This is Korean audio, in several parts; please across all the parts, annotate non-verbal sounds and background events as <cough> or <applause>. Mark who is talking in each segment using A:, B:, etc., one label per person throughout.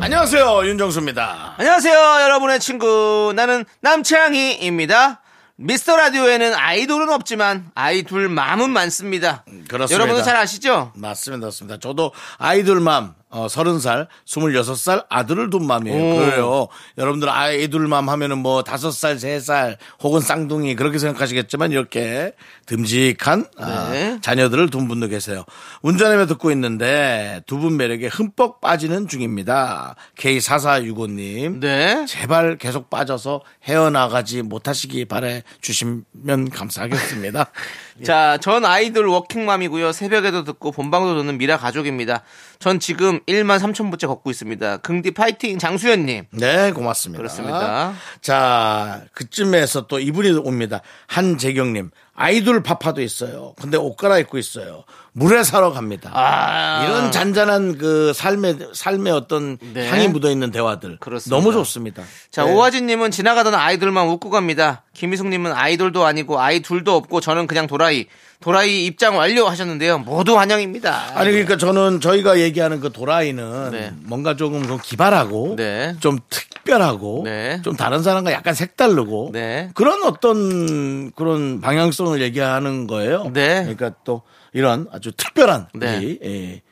A: 안녕하세요 윤정수입니다.
B: 안녕하세요, 여러분의 친구. 나는 남창희입니다. 미스터 라디오에는 아이돌은 없지만 아이돌 맘은 많습니다.
A: 그렇습니다.
B: 여러분은 잘 아시죠?
A: 맞습니다, 맞습니다. 저도 아이돌맘 어, 30살, 26살 아들을 둔 맘이에요.
B: 오.
A: 그래요. 여러분들 아이돌맘 하면은 뭐 5살, 3살 혹은 쌍둥이 그렇게 생각하시겠지만 이렇게 듬직한 아,
B: 네.
A: 자녀들을 둔 분도 계세요. 운전하며 듣고 있는데 두 분 매력에 흠뻑 빠지는 중입니다. K4465님.
B: 네.
A: 제발 계속 빠져서 헤어나가지 못하시기 바래 주시면
B: <laughs>
A: 감사하겠습니다.
B: 자, 전 아이돌 워킹맘이고요. 새벽에도 듣고 본방도 듣는 미라 가족입니다. 전 지금 1만 3천부째 걷고 있습니다. 긍디 파이팅 장수현님.
A: 네, 고맙습니다.
B: 그렇습니다.
A: 자, 그쯤에서 또 이분이 옵니다. 한재경님. 아이돌 파파도 있어요. 근데 옷 갈아입고 있어요. 물에 사러 갑니다.
B: 아.
A: 이런 잔잔한 그 삶의, 삶의 어떤
B: 네.
A: 향이 묻어 있는 대화들.
B: 그렇습니다.
A: 너무 좋습니다.
B: 자,
A: 네.
B: 오화진님은 지나가던 아이돌만 웃고 갑니다. 김희숙님은 아이돌도 아니고 아이 둘도 없고 저는 그냥 도라이. 도라이 입장 완료 하셨는데요. 모두 환영입니다.
A: 아니 그러니까 저는 저희가 얘기하는 그 도라이는
B: 네.
A: 뭔가 조금 그 기발하고
B: 네.
A: 좀 특별하고
B: 네.
A: 좀 다른 사람과 약간 색다르고
B: 네.
A: 그런 어떤 그런 방향성을 얘기하는 거예요.
B: 네.
A: 그러니까 또 이런 아주 특별한
B: 네.
A: 우리, 예,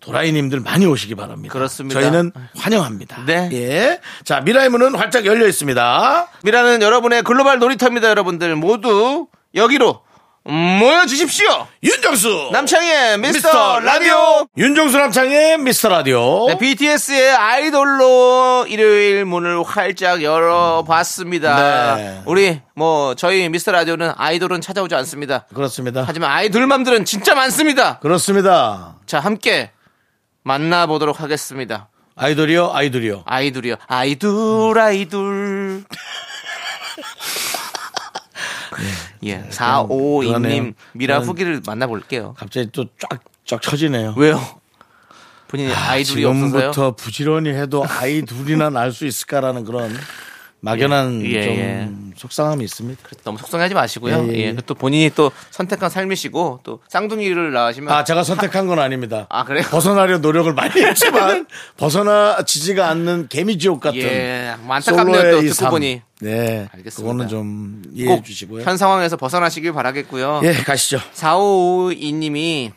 A: 도라이님들 많이 오시기 바랍니다.
B: 그렇습니다.
A: 저희는 환영합니다.
B: 네.
A: 예. 자 미라의 문은 활짝 열려 있습니다.
B: 미라는 여러분의 글로벌 놀이터입니다, 여러분들. 모두 여기로 모여주십시오!
A: 윤정수
B: 남창희의 미스터 라디오!
A: 윤정수 남창의 미스터 라디오.
B: 네, BTS의 아이돌로 일요일 문을 활짝 열어봤습니다.
A: 네.
B: 우리, 뭐, 저희 미스터 라디오는 아이돌은 찾아오지 않습니다.
A: 그렇습니다.
B: 하지만 아이돌맘들은 진짜 많습니다!
A: 그렇습니다.
B: 자, 함께 만나보도록 하겠습니다.
A: 아이돌이요, 아이돌이요.
B: 아이돌이요. 아이돌, 아이돌. 예, 452님
A: 네. 그러네요.
B: 미라
A: 저는-
B: 후기를 만나볼게요.
A: 갑자기 또 쫙쫙 쳐지네요.
B: 왜요? 본인이
A: 아,
B: 아이돌이
A: 지금부터
B: 없어서요?
A: 부지런히 해도 아이둘이나 날 수 있을까라는
B: <laughs>
A: 그런 막연한
B: 예,
A: 좀
B: 예.
A: 속상함이 있습니다.
B: 너무 속상하지 마시고요.
A: 예,
B: 예,
A: 예, 예.
B: 또 본인이 또 선택한 삶이시고 또 쌍둥이를 낳으시면
A: 아, 제가 선택한 건 아닙니다.
B: <laughs> 아, 그래요?
A: 벗어나려 노력을 많이
B: <laughs>
A: 했지만 벗어나지지가 않는 개미지옥 같은
B: 예, 뭐 안타깝네요, 또
A: 솔로의 이
B: 듣고
A: 삶.
B: 보니.
A: 네,
B: 알겠습니다.
A: 그거는 좀 이해해
B: 꼭
A: 주시고요.
B: 현 상황에서 벗어나시길 바라겠고요.
A: 예, 가시죠.
B: 4552님이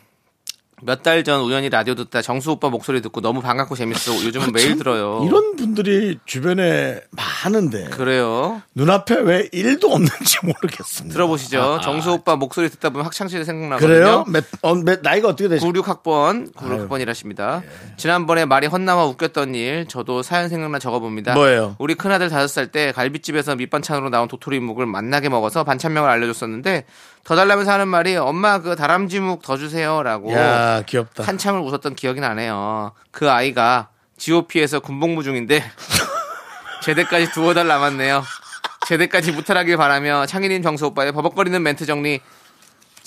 B: 몇 달 전 우연히 라디오 듣다 정수 오빠 목소리 듣고 너무 반갑고 재밌어. 요즘은 매일
A: 아, 참,
B: 들어요.
A: 이런 분들이 주변에 많은데
B: 그래요.
A: 눈앞에 왜 일도 없는지 모르겠습니다.
B: 들어보시죠.
A: 아, 아.
B: 정수 오빠 목소리 듣다 보면 학창시절 생각나거든요.
A: 그래요? 몇, 어, 몇, 나이가 어떻게 되시죠?
B: 96학번, 96학번이라십니다.
A: 예.
B: 지난번에 말이 헛나와 웃겼던 일, 저도 사연 생각나 적어봅니다.
A: 뭐예요?
B: 우리 큰아들 5살 때 갈비집에서 밑반찬으로 나온 도토리묵을 맛나게 먹어서 반찬명을 알려줬었는데, 더 달라면서 하는 말이, 엄마 그 다람쥐묵 더 주세요. 라고.
A: 야 귀엽다.
B: 한참을 웃었던 기억이 나네요. 그 아이가 GOP에서 군복무 중인데 <laughs> 제대까지 두어 달 남았네요. 제대까지 무탈하길 바라며 창희님 정수 오빠의 버벅거리는 멘트 정리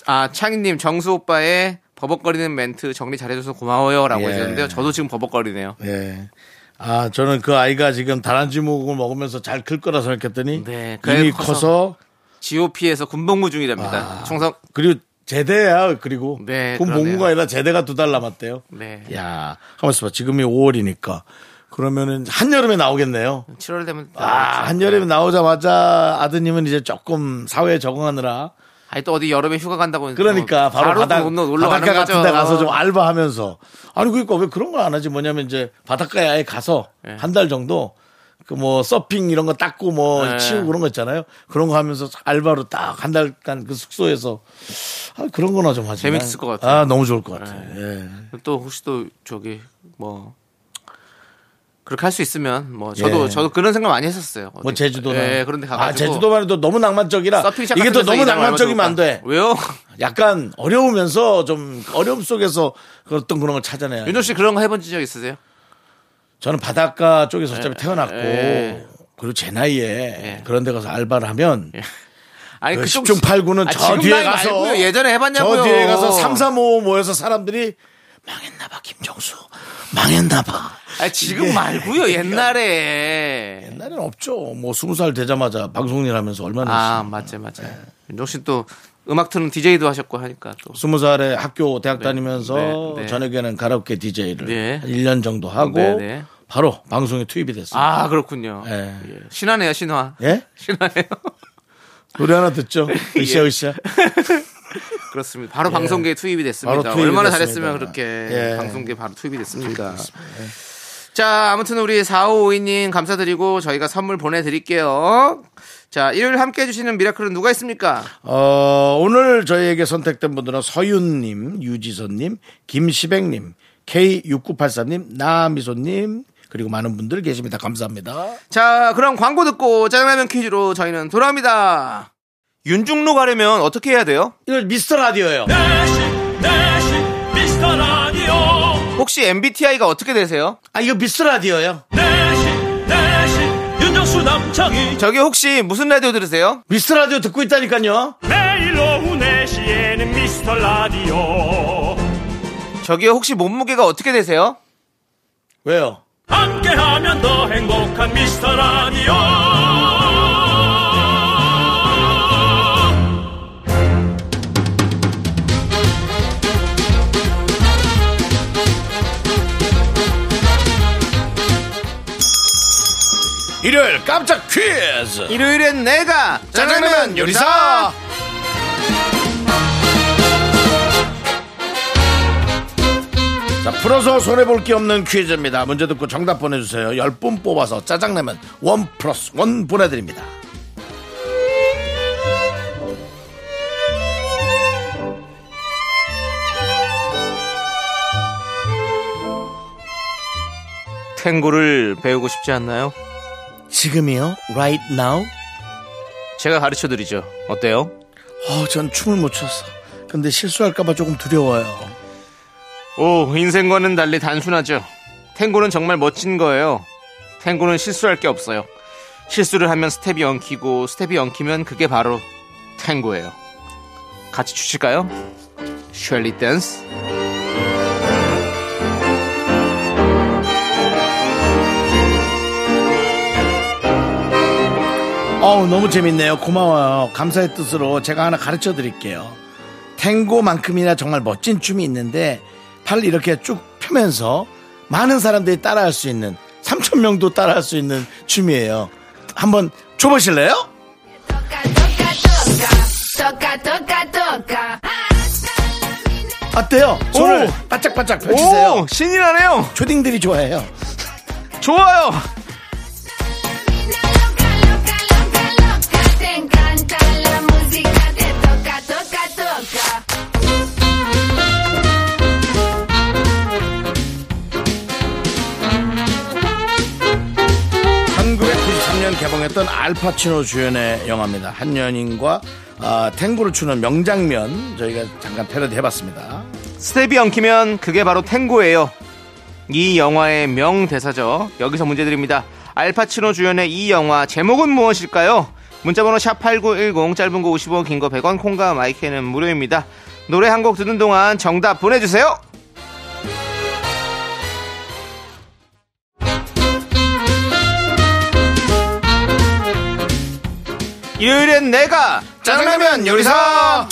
B: 아 창희님 정수 오빠의 버벅거리는 멘트 정리 잘해줘서 고마워요라고
A: 예.
B: 해주는데요. 저도 지금 버벅거리네요.
A: 예. 아 저는 그 아이가 지금 다람쥐묵을 먹으면서 잘 클 거라 생각했더니
B: 네, 그
A: 이미
B: 아이
A: 커서,
B: 커서. GOP에서 군복무
A: 아.
B: 중이랍니다. 충성
A: 그리고 제대야 그리고
B: 네,
A: 그건
B: 그러네요.
A: 봉구가 아니라 제대가 두 달 남았대요.
B: 네.
A: 야 한번 봐 지금이 5월이니까 그러면은 한 여름에 나오겠네요.
B: 7월 되면
A: 아
B: 네.
A: 한여름에 나오자마자 아드님은 이제 조금 사회에 적응하느라
B: 아니 또 어디 여름에 휴가 간다고 뭐
A: 그러니까 바로, 바다,
B: 놀러- 놀러 가는
A: 바닷가 같은 데
B: 거죠.
A: 가서 좀 알바하면서 아니 그러니까 왜 그런 걸 안 하지 뭐냐면 이제 바닷가에 아예 가서
B: 예.
A: 한 달 정도 그 뭐 서핑 이런 거 닦고 뭐
B: 예.
A: 치우고 그런 거 있잖아요 그런 거 하면서 알바로 딱 한 달간 그 숙소에서 아 그런 거나 좀 하지
B: 재밌을 것 같아요.
A: 아 너무 좋을 것 같아요 예.
B: 또 혹시 또 저기 뭐 그렇게 할 수 있으면 뭐 저도
A: 예.
B: 저도 그런 생각 많이 했었어요.
A: 뭐
B: 어디-
A: 제주도나
B: 예, 그런데 가가지고
A: 아 제주도만 해도 너무 낭만적이라
B: 서핑샵
A: 이게
B: 같은
A: 또
B: 데서
A: 너무
B: 일하고
A: 낭만적이면
B: 해가지고
A: 안돼
B: 왜요?
A: 약간 그 어려우면서 좀 어려움 속에서 어떤 그런 걸 찾아내야 돼.
B: 윤종 씨 그런 거 해본 적 있으세요?
A: 저는 바닷가 쪽에서 어차피 태어났고
B: 예.
A: 그리고 제 나이에 그런 데 가서 알바를 하면
B: 아니
A: 그
B: 그쪽
A: 10중 8구는
B: 아,
A: 저
B: 지금
A: 뒤에
B: 나이
A: 가서
B: 말고요. 예전에 해봤냐고요.
A: 저 뒤에 가서 3, 4, 5 모여서 사람들이 망했나 봐 김정수 망했나 봐
B: 아니, 지금
A: 이게-
B: 말고요. 옛날에.
A: 옛날엔 없죠 뭐 20살 되자마자 방송일 하면서 얼마나
B: 아
A: 했어요.
B: 맞지 맞지.
A: 예.
B: 윤종 씨또 음악 트는 DJ도 하셨고 하니까 또.
A: 20살에 학교 대학 다니면서
B: 네, 네.
A: 저녁에는 가라오케 DJ를
B: 네.
A: 한 1년 정도 하고
B: 네, 네.
A: 바로 방송에 투입이 됐어요
B: 아 그렇군요.
A: 예.
B: 예. 신화네요 신화.
A: 예?
B: 신화네요. 예.
A: 노래 하나
B: <laughs>
A: 듣죠 으쌰 으쌰
B: 그렇습니다. 바로 방송계에 투입이 됐습니다.
A: 예. 바로 투입이
B: 얼마나
A: 됐습니다.
B: 잘했으면 그렇게
A: 예.
B: 방송계에 바로 투입이 됐습니까. 자, 아무튼 우리 4552님 감사드리고 저희가 선물 보내드릴게요. 자, 일요일 함께 해주시는 미라클은 누가 있습니까?
A: 어, 오늘 저희에게 선택된 분들은 서윤님, 유지선님, 김시백님, K6983님, 나미소님, 그리고 많은 분들 계십니다. 감사합니다.
B: 자, 그럼 광고 듣고 짜장라면 퀴즈로 저희는 돌아옵니다. 윤중로 가려면 어떻게 해야 돼요?
A: 이거 미스터 라디오예요
C: 내시 내시 미스터 라디오
B: 혹시 MBTI가 어떻게 되세요?
A: 아, 이거 미스터 라디오예요
D: 네
C: 내시 내시 윤정수 남창희
B: 저기 혹시 무슨 라디오 들으세요?
A: 미스터 라디오 듣고 있다니까요.
D: 매일 오후 4시에는 미스터 라디오
B: 저기 혹시 몸무게가 어떻게 되세요?
A: 왜요?
C: 함께하면 더 행복한 미스터 라디오
A: 일요일 깜짝 퀴즈!
B: 일요일엔 내가
A: 짜장면 요리사! 자, 풀어서 손해볼 게 없는 퀴즈입니다. 문제 듣고 정답 보내주세요. 10분 뽑아서 짜장라면 원 플러스 원 보내드립니다.
B: 탱고를 배우고 싶지 않나요?
A: 지금이요? Right now?
B: 제가 가르쳐드리죠. 어때요?
A: 어, 전 춤을 못 췄어. 근데 실수할까봐 조금 두려워요.
B: 오, 인생과는 달리 단순하죠. 탱고는 정말 멋진 거예요. 탱고는 실수할 게 없어요. 실수를 하면 스텝이 엉키고 스텝이 엉키면 그게 바로 탱고예요. 같이 추실까요? 쉘리 댄스.
A: 어우, 너무 재밌네요. 고마워요. 감사의 뜻으로 제가 하나 가르쳐 드릴게요. 탱고만큼이나 정말 멋진 춤이 있는데, 팔 이렇게 쭉 펴면서 많은 사람들이 따라할 수 있는, 3,000명도 따라할 수 있는 춤이에요. 한번 줘보실래요?
E: Toca, toca, toca. Toca, toca, toca.
A: 어때요? 손을
B: 오!
A: 바짝바짝 펼치세요.
B: 신이 나네요.
A: 초딩들이 좋아해요.
B: 좋아요.
E: Loca, loca, loca, loca. Te encanta la música. Te toca, toca, toca.
A: 한국의 93년 개봉했던 알파치노 주연의 영화입니다. 한 연인과 아, 탱고를 추는 명장면 저희가 잠깐 패러디 해봤습니다.
B: 스텝이 엉키면 그게 바로 탱고예요. 이 영화의 명대사죠. 여기서 문제 드립니다. 알파치노 주연의 이 영화 제목은 무엇일까요? 문자번호 샵8910 짧은 거 50원 긴 거 100원 콩과 마이크는 무료입니다. 노래 한 곡 듣는 동안 정답 보내주세요. 일요일엔 내가 짜장라면 요리사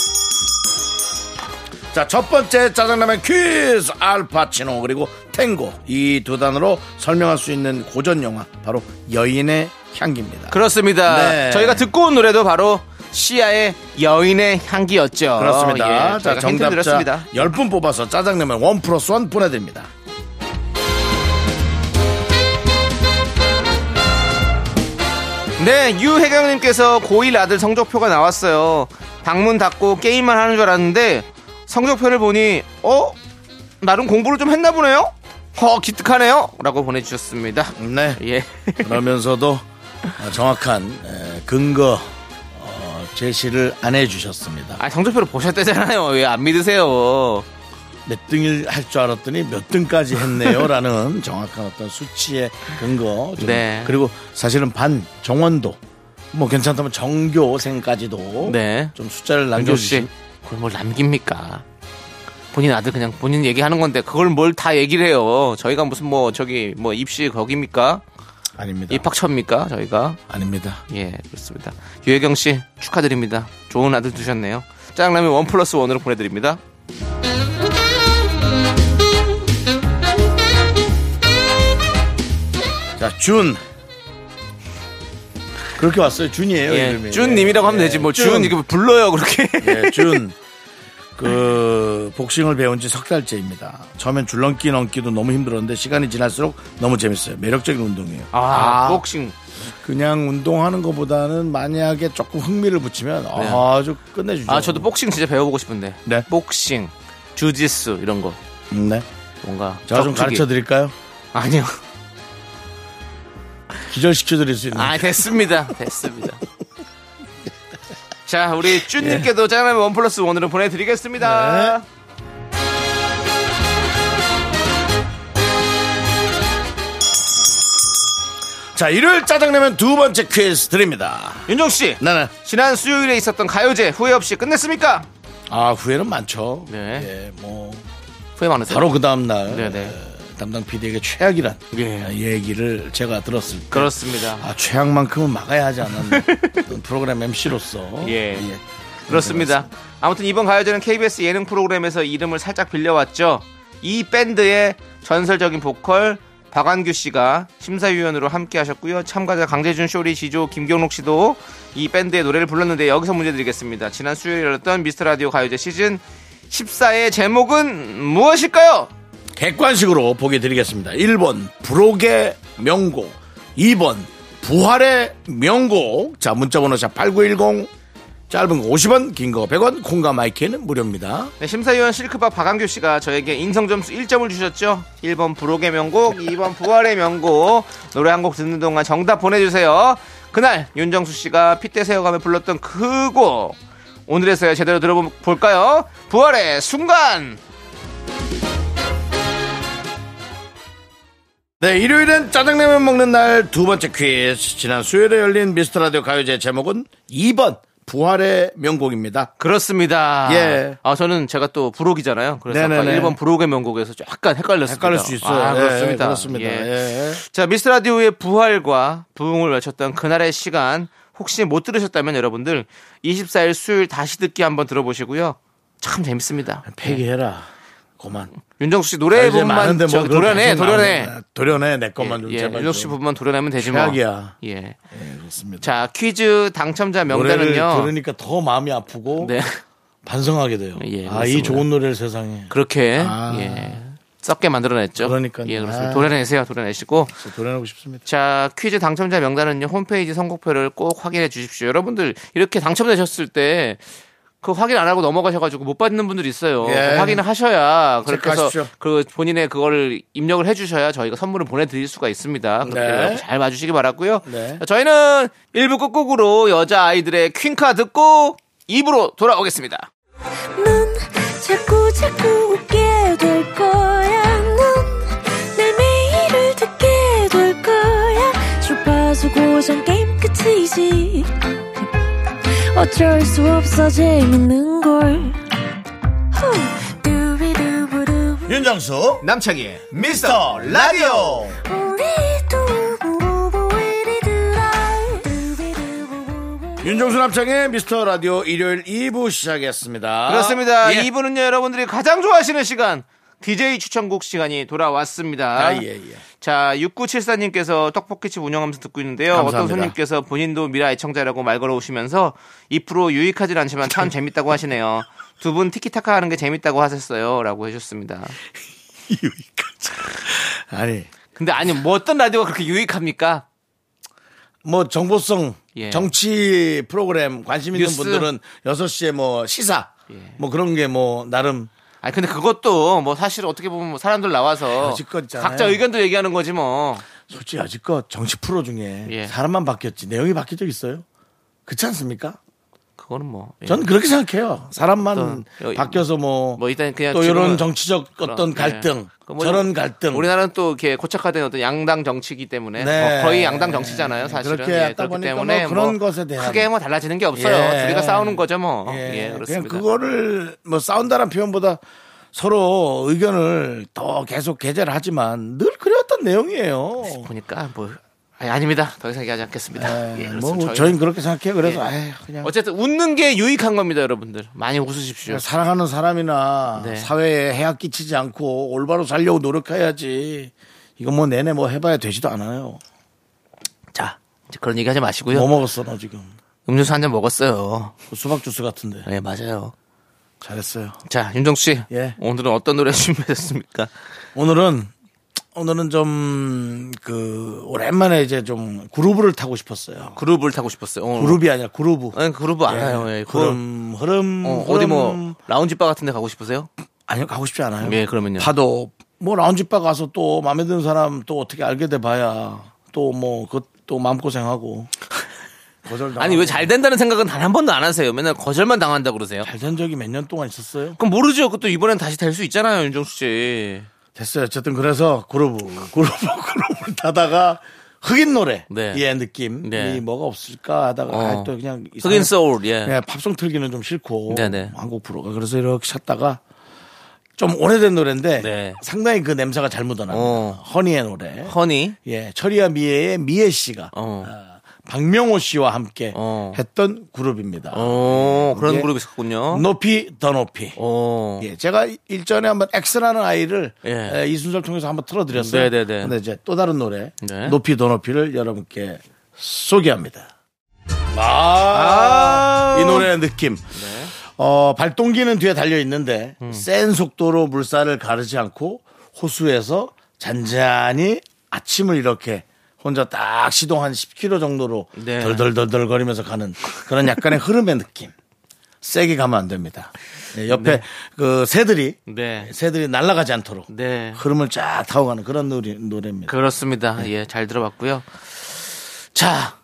A: 자, 첫 번째 짜장라면 퀴즈 알파치노 그리고 탱고 이 두 단어로 설명할 수 있는 고전 영화 바로 여인의 향기입니다.
B: 그렇습니다.
A: 네.
B: 저희가 듣고 온 노래도 바로 시아의 여인의 향기였죠.
A: 그렇습니다.
B: 예,
A: 자,
B: 저희가 힌트
A: 정답자
B: 드렸습니다.
A: 10분 뽑아서 짜장라면 원 플러스 원 보내드립니다.
B: 네, 유혜경님께서 고1 아들 성적표가 나왔어요. 방문 닫고 게임만 하는 줄 알았는데 성적표를 보니 어? 나름 공부를 좀 했나 보네요? 허, 기특하네요. 라고 보내주셨습니다.
A: 네.
B: 예. <laughs>
A: 그러면서도 어, 정확한 에, 근거 어, 제시를 안 해주셨습니다.
B: 아, 성적표를 보셨다잖아요. 왜 안 믿으세요?
A: 몇 등을 할 줄 알았더니 몇 등까지
B: <laughs>
A: 했네요라는 정확한 어떤 수치의 근거. 좀.
B: 네.
A: 그리고 사실은 반 정원도 뭐 괜찮다면 정교생까지도
B: 네.
A: 좀 숫자를
B: 남주씨
A: 남겨주신
B: 그걸 뭘 남깁니까? 본인 아들 그냥 본인 얘기하는 건데 그걸 뭘 다 얘기를 해요. 저희가 무슨 뭐 저기 뭐 입시 거기입니까?
A: 그렇죠. 아닙니다.
B: 입학처입니까? 저희가
A: 아닙니다.
B: 예 그렇습니다. 유혜경 씨 축하드립니다. 좋은 아들 두셨네요. 짜장라면 원 플러스 원으로 보내드립니다.
A: 자, 준. 그렇게 왔어요. 준이에요,
B: 예,
A: 이름이.
B: 준님이라고 하면
A: 예,
B: 되지 뭐 준 이렇게
A: <laughs>
B: 불러요 그렇게.
A: 예, 준. 그 복싱을 배운 지 석 달째입니다. 처음엔 줄넘기 넘기도 너무 힘들었는데 시간이 지날수록 너무 재밌어요. 매력적인 운동이에요.
B: 아, 복싱
A: 그냥 운동하는 것보다는 만약에 조금 흥미를 붙이면 아주 끝내주죠.
B: 네. 아 저도 복싱 진짜 배워보고 싶은데.
A: 네.
B: 복싱, 주짓수 이런 거
A: 음, 네.
B: 뭔가.
A: 제가 좀
B: 격투기.
A: 가르쳐 드릴까요?
B: 아니요.
A: 기절시켜 드릴 수 있는.
B: 아 됐습니다 됐습니다 자 우리 쭈님께도 짜장라면 원 플러스 원으로
A: 네.
B: 보내드리겠습니다
A: 자, 일요일 짜장라면 두 번째 퀴즈 드립니다.
B: 네. 윤종씨
A: 나는
B: 지난 수요일에 있었던 가요제 후회 없이 끝냈습니까?
A: 아 후회는 많죠.
B: 네.
A: 예, 뭐
B: 후회 많으세요?
A: 바로 그 다음 날
B: 네네.
A: 어, 담당 PD에게 최악이란
B: 예.
A: 얘기를 제가 들었을 때
B: 그렇습니다
A: 아 최악만큼은 막아야 하지 않았나 어떤 프로그램 MC로서
B: 예. 그렇습니다 아무튼 이번 가요제는 KBS 예능 프로그램에서 이름을 살짝 빌려왔죠 이 밴드의 전설적인 보컬 박완규 씨가 심사위원으로 함께 하셨고요. 참가자 강재준, 쇼리, 지조, 김경록 씨도 이 밴드의 노래를 불렀는데 여기서 문제 드리겠습니다. 지난 수요일에 열렸던 미스터 라디오 가요제 시즌 14의 제목은 무엇일까요?
A: 객관식으로 보게 드리겠습니다 1번 부록의 명곡 2번 부활의 명곡 자 문자번호 샵8910 짧은 거 50원 긴 거 100원 콩과 마이크는 무료입니다
B: 네, 심사위원 실크밥 박한규 씨가 저에게 인성 점수 1점을 주셨죠. 1번 부록의 명곡, 2번 부활의 명곡. 노래 한 곡 듣는 동안 정답 보내주세요. 그날 윤정수 씨가 핏대 세어가며 불렀던 그 곡. 오늘에서야 제대로 들어볼까요? 부활의 순간.
A: 네, 일요일엔 짜장라면 먹는 날 두 번째 퀴즈. 지난 수요일에 열린 미스터 라디오 가요제 제목은 2번 부활의 명곡입니다.
B: 그렇습니다.
A: 예.
B: 아 저는 제가 또 부록이잖아요. 그래서 아까
A: 네네네.
B: 1번 부록의 명곡에서 약간 헷갈렸습니다.
A: 헷갈릴 수 있어요.
B: 아,
A: 예,
B: 그렇습니다.
A: 그렇습니다.
B: 예.
A: 예.
B: 자, 미스 라디오의 부활과 부흥을 외쳤던 그날의 시간 혹시 못 들으셨다면 여러분들 24일 수요일 다시 듣기 한번 들어보시고요. 참 재밌습니다.
A: 폐기해라. 그만.
B: 윤정수 씨
A: 나
B: 노래
A: 이제
B: 부분만
A: 많은데
B: 저기
A: 뭐
B: 도려내,
A: 그런
B: 도려내.
A: 당신 나오네. 도려내 내 것만 좀
B: 예,
A: 제발.
B: 윤정수 씨
A: 좀.
B: 부분만 도려내면 되지 뭐.
A: 최악이야.
B: 예.
A: 그렇습니다.
B: 자, 퀴즈 당첨자
A: 노래를
B: 명단은요.
A: 들으니까 더 마음이 아프고
B: 네.
A: 반성하게 돼요.
B: 예,
A: 아, 이
B: 그렇습니다.
A: 좋은 노래를 세상에.
B: 그렇게
A: 아.
B: 예. 썩게 만들어냈죠.
A: 그러니까요.
B: 예, 그렇습니다.
A: 아.
B: 도려내세요, 도려내시고.
A: 그래서 도려내고 싶습니다.
B: 자 퀴즈 당첨자 명단은요 홈페이지 선곡표를 꼭 확인해 주십시오 여러분들 이렇게 당첨되셨을 때 그 확인 안 하고 넘어가셔가지고 못 받는 분들이 있어요.
A: 예.
B: 그 확인을 하셔야 그렇게 해서
A: 체크하십시오.
B: 그 본인의 그걸 입력을 해주셔야 저희가 선물을 보내드릴 수가 있습니다. 그렇게
A: 네.
B: 여러분 잘 봐주시기 바라고요.
A: 네.
B: 자, 저희는 1부 끝곡으로 여자 아이들의 퀸카 듣고 2부로 돌아오겠습니다.
F: 넌 자꾸 자꾸 웃게 될 거야. 넌내 매일을 듣게 될 거야. 주파수 고정 게임 끝이지. 어쩔 수 없어 재밌는 걸. 후. 두비두부두부.
A: 윤정수
B: 남창희의
A: 미스터 라디오.
F: 우리 두부부부 우리 두라. 두비두부부부.
A: 윤정수 남창의 미스터 라디오 일요일 2부 시작했습니다.
B: 그렇습니다.
A: 예.
B: 2부는요 여러분들이 가장 좋아하시는 시간 DJ 추천곡 시간이 돌아왔습니다.
A: 아, 예, 예.
B: 자, 6974님께서 떡볶이집 운영하면서 듣고 있는데요.
A: 감사합니다.
B: 어떤 손님께서 본인도 미라 애청자라고 말 걸어오시면서 이 프로 유익하진 않지만
A: <laughs>
B: 참 재밌다고 하시네요. 두 분 티키타카 하는 게 재밌다고 하셨어요. 라고 해주셨습니다.
A: 아니,
B: 근데 아니, 뭐 어떤 라디오가 그렇게 유익합니까?
A: 뭐 정보성
B: 예.
A: 정치 프로그램 관심 있는
B: 뉴스.
A: 분들은 6시에 뭐 시사
B: 예.
A: 뭐 그런 게 뭐 나름
B: 아니, 근데 그것도 뭐 사실 어떻게 보면 뭐 사람들 나와서
A: 여지껏 있잖아요.
B: 각자 의견도 얘기하는 거지 뭐.
A: 솔직히 아직껏 정치 프로 중에
B: 예.
A: 사람만 바뀌었지 내용이 바뀐 적 있어요? 그렇지 않습니까?
B: 그거는 뭐. 예.
A: 저는 그렇게 생각해요. 사람만
B: 어떤-
A: 바뀌어서 뭐,
B: 뭐 일단 그냥
A: 또
B: 지금은-
A: 이런 정치적
B: 그럼,
A: 어떤
B: 예.
A: 갈등,
B: 그뭐
A: 저런
B: 좀
A: 갈등.
B: 우리나라는 또 이렇게 고착화된 어떤 양당 정치이기 때문에
A: 네.
B: 어, 거의 양당 정치잖아요, 사실은.
A: 그렇게 하다 보니까 뭐 그런 것에 대한-
B: 크게 뭐 달라지는 게 없어요.
A: 예.
B: 둘이가 싸우는 거죠, 뭐.
A: 예,
B: 예,
A: 그냥
B: 그렇습니다.
A: 그거를 뭐 싸운다는 표현보다 서로 의견을 더 계속 개재를 하지만 늘 그래왔던 내용이에요.
B: 보니까 뭐 아니, 아닙니다. 더 이상 얘기하지 않겠습니다.
A: 예,
B: <laughs> 예,
A: 뭐
B: 그렇습니다. 저희는- 예.
A: 저희는 그렇게 생각해요. 그래서 아유, 그냥
B: 어쨌든 웃는 게 유익한 겁니다, 여러분들. 많이 웃으십시오.
A: 사랑하는 사람이나
B: 네.
A: 사회에 해악 끼치지 않고 올바로 살려고 노력해야지. 이거 뭐 내내 뭐 해봐야 되지도 않아요.
B: 자, 이제 그런 얘기하지 마시고요.
A: 뭐 먹었어 너 지금?
B: 음료수 한 잔 먹었어요.
A: 그 수박 주스 같은데.
B: 네, 맞아요.
A: 잘했어요.
B: 자, 윤정 씨.
A: 예.
B: 오늘은 어떤 노래 <laughs> 준비했습니까?
A: 오늘은 오늘은 좀 그 오랜만에 이제 좀 그루브를 타고 싶었어요.
B: 그룹을 타고 싶었어요. 어.
A: 그룹이 아니라 그루브.
B: 아니, 그룹 알아요. 예, 그룹.
A: 흐름, 흐름,
B: 어,
A: 흐름.
B: 어디 뭐 라운지 바 같은 데 가고 싶으세요?
A: 아니요 가고 싶지 않아요.
B: 예, 그러면요.
A: 파도 뭐 라운지바 가서 또 마음에 드는 사람 또 어떻게 알게 돼 봐야 또 뭐 그것도 마음 고생하고 거절
B: 아니 왜 잘 된다는 생각은 단 한 번도 안 하세요? 맨날 거절만 당한다 그러세요?
A: 잘된 적이 몇 년 동안 있었어요?
B: 그럼 모르죠. 그것도 이번엔 다시 될 수 있잖아요, 윤정수 씨.
A: 됐어요. 어쨌든 그래서 그루브 <laughs> 그루브 그루브를 타다가 흑인 노래
B: 네.
A: 예 느낌
B: 네.
A: 이 뭐가 없을까 하다가
B: 어.
A: 아, 또 그냥
B: 흑인
A: 이상한-
B: 소울, 예.
A: 네, 팝송 틀기는 좀 싫고
B: 네네.
A: 한국 프로가 그래서 이렇게 찾다가 좀 오래된 노래인데
B: 네.
A: 상당히 그 냄새가 잘 묻어납니다.
B: 어.
A: 허니의 노래.
B: 허니.
A: 예, 철이와 미애의 미애 씨가
B: 어.
A: 아, 박명호 씨와 함께
B: 어.
A: 했던 그룹입니다.
B: 어, 그런
A: 이게
B: 그룹이 있었군요.
A: 높이 더 높이.
B: 어.
A: 네. 예, 제가 일전에 한번 X라는 아이를
B: 예.
A: 예, 이순설 통해서 한번 틀어드렸어요.
B: 네네네.
A: 근데 이제 또 다른 노래
B: 네.
A: 높이 더 높이를 여러분께 소개합니다. 아, 이 노래의 느낌.
B: 네.
A: 어, 발동기는 뒤에 달려 있는데
B: 음.
A: 센 속도로 물살을 가르지 않고 호수에서 잔잔히 아침을 이렇게 혼자 딱 시동 한 10km 정도로
B: 네.
A: 덜덜덜덜 거리면서 가는 그런 약간의 <laughs> 흐름의 느낌. 세게 가면 안 됩니다. 네, 옆에 그 새들이
B: 네.
A: 새들이 날아가지 않도록
B: 네.
A: 흐름을 쫙 타고 가는 그런 노래, 노래입니다.
B: 그렇습니다.
A: 네.
B: 예, 잘 들어봤고요. 자,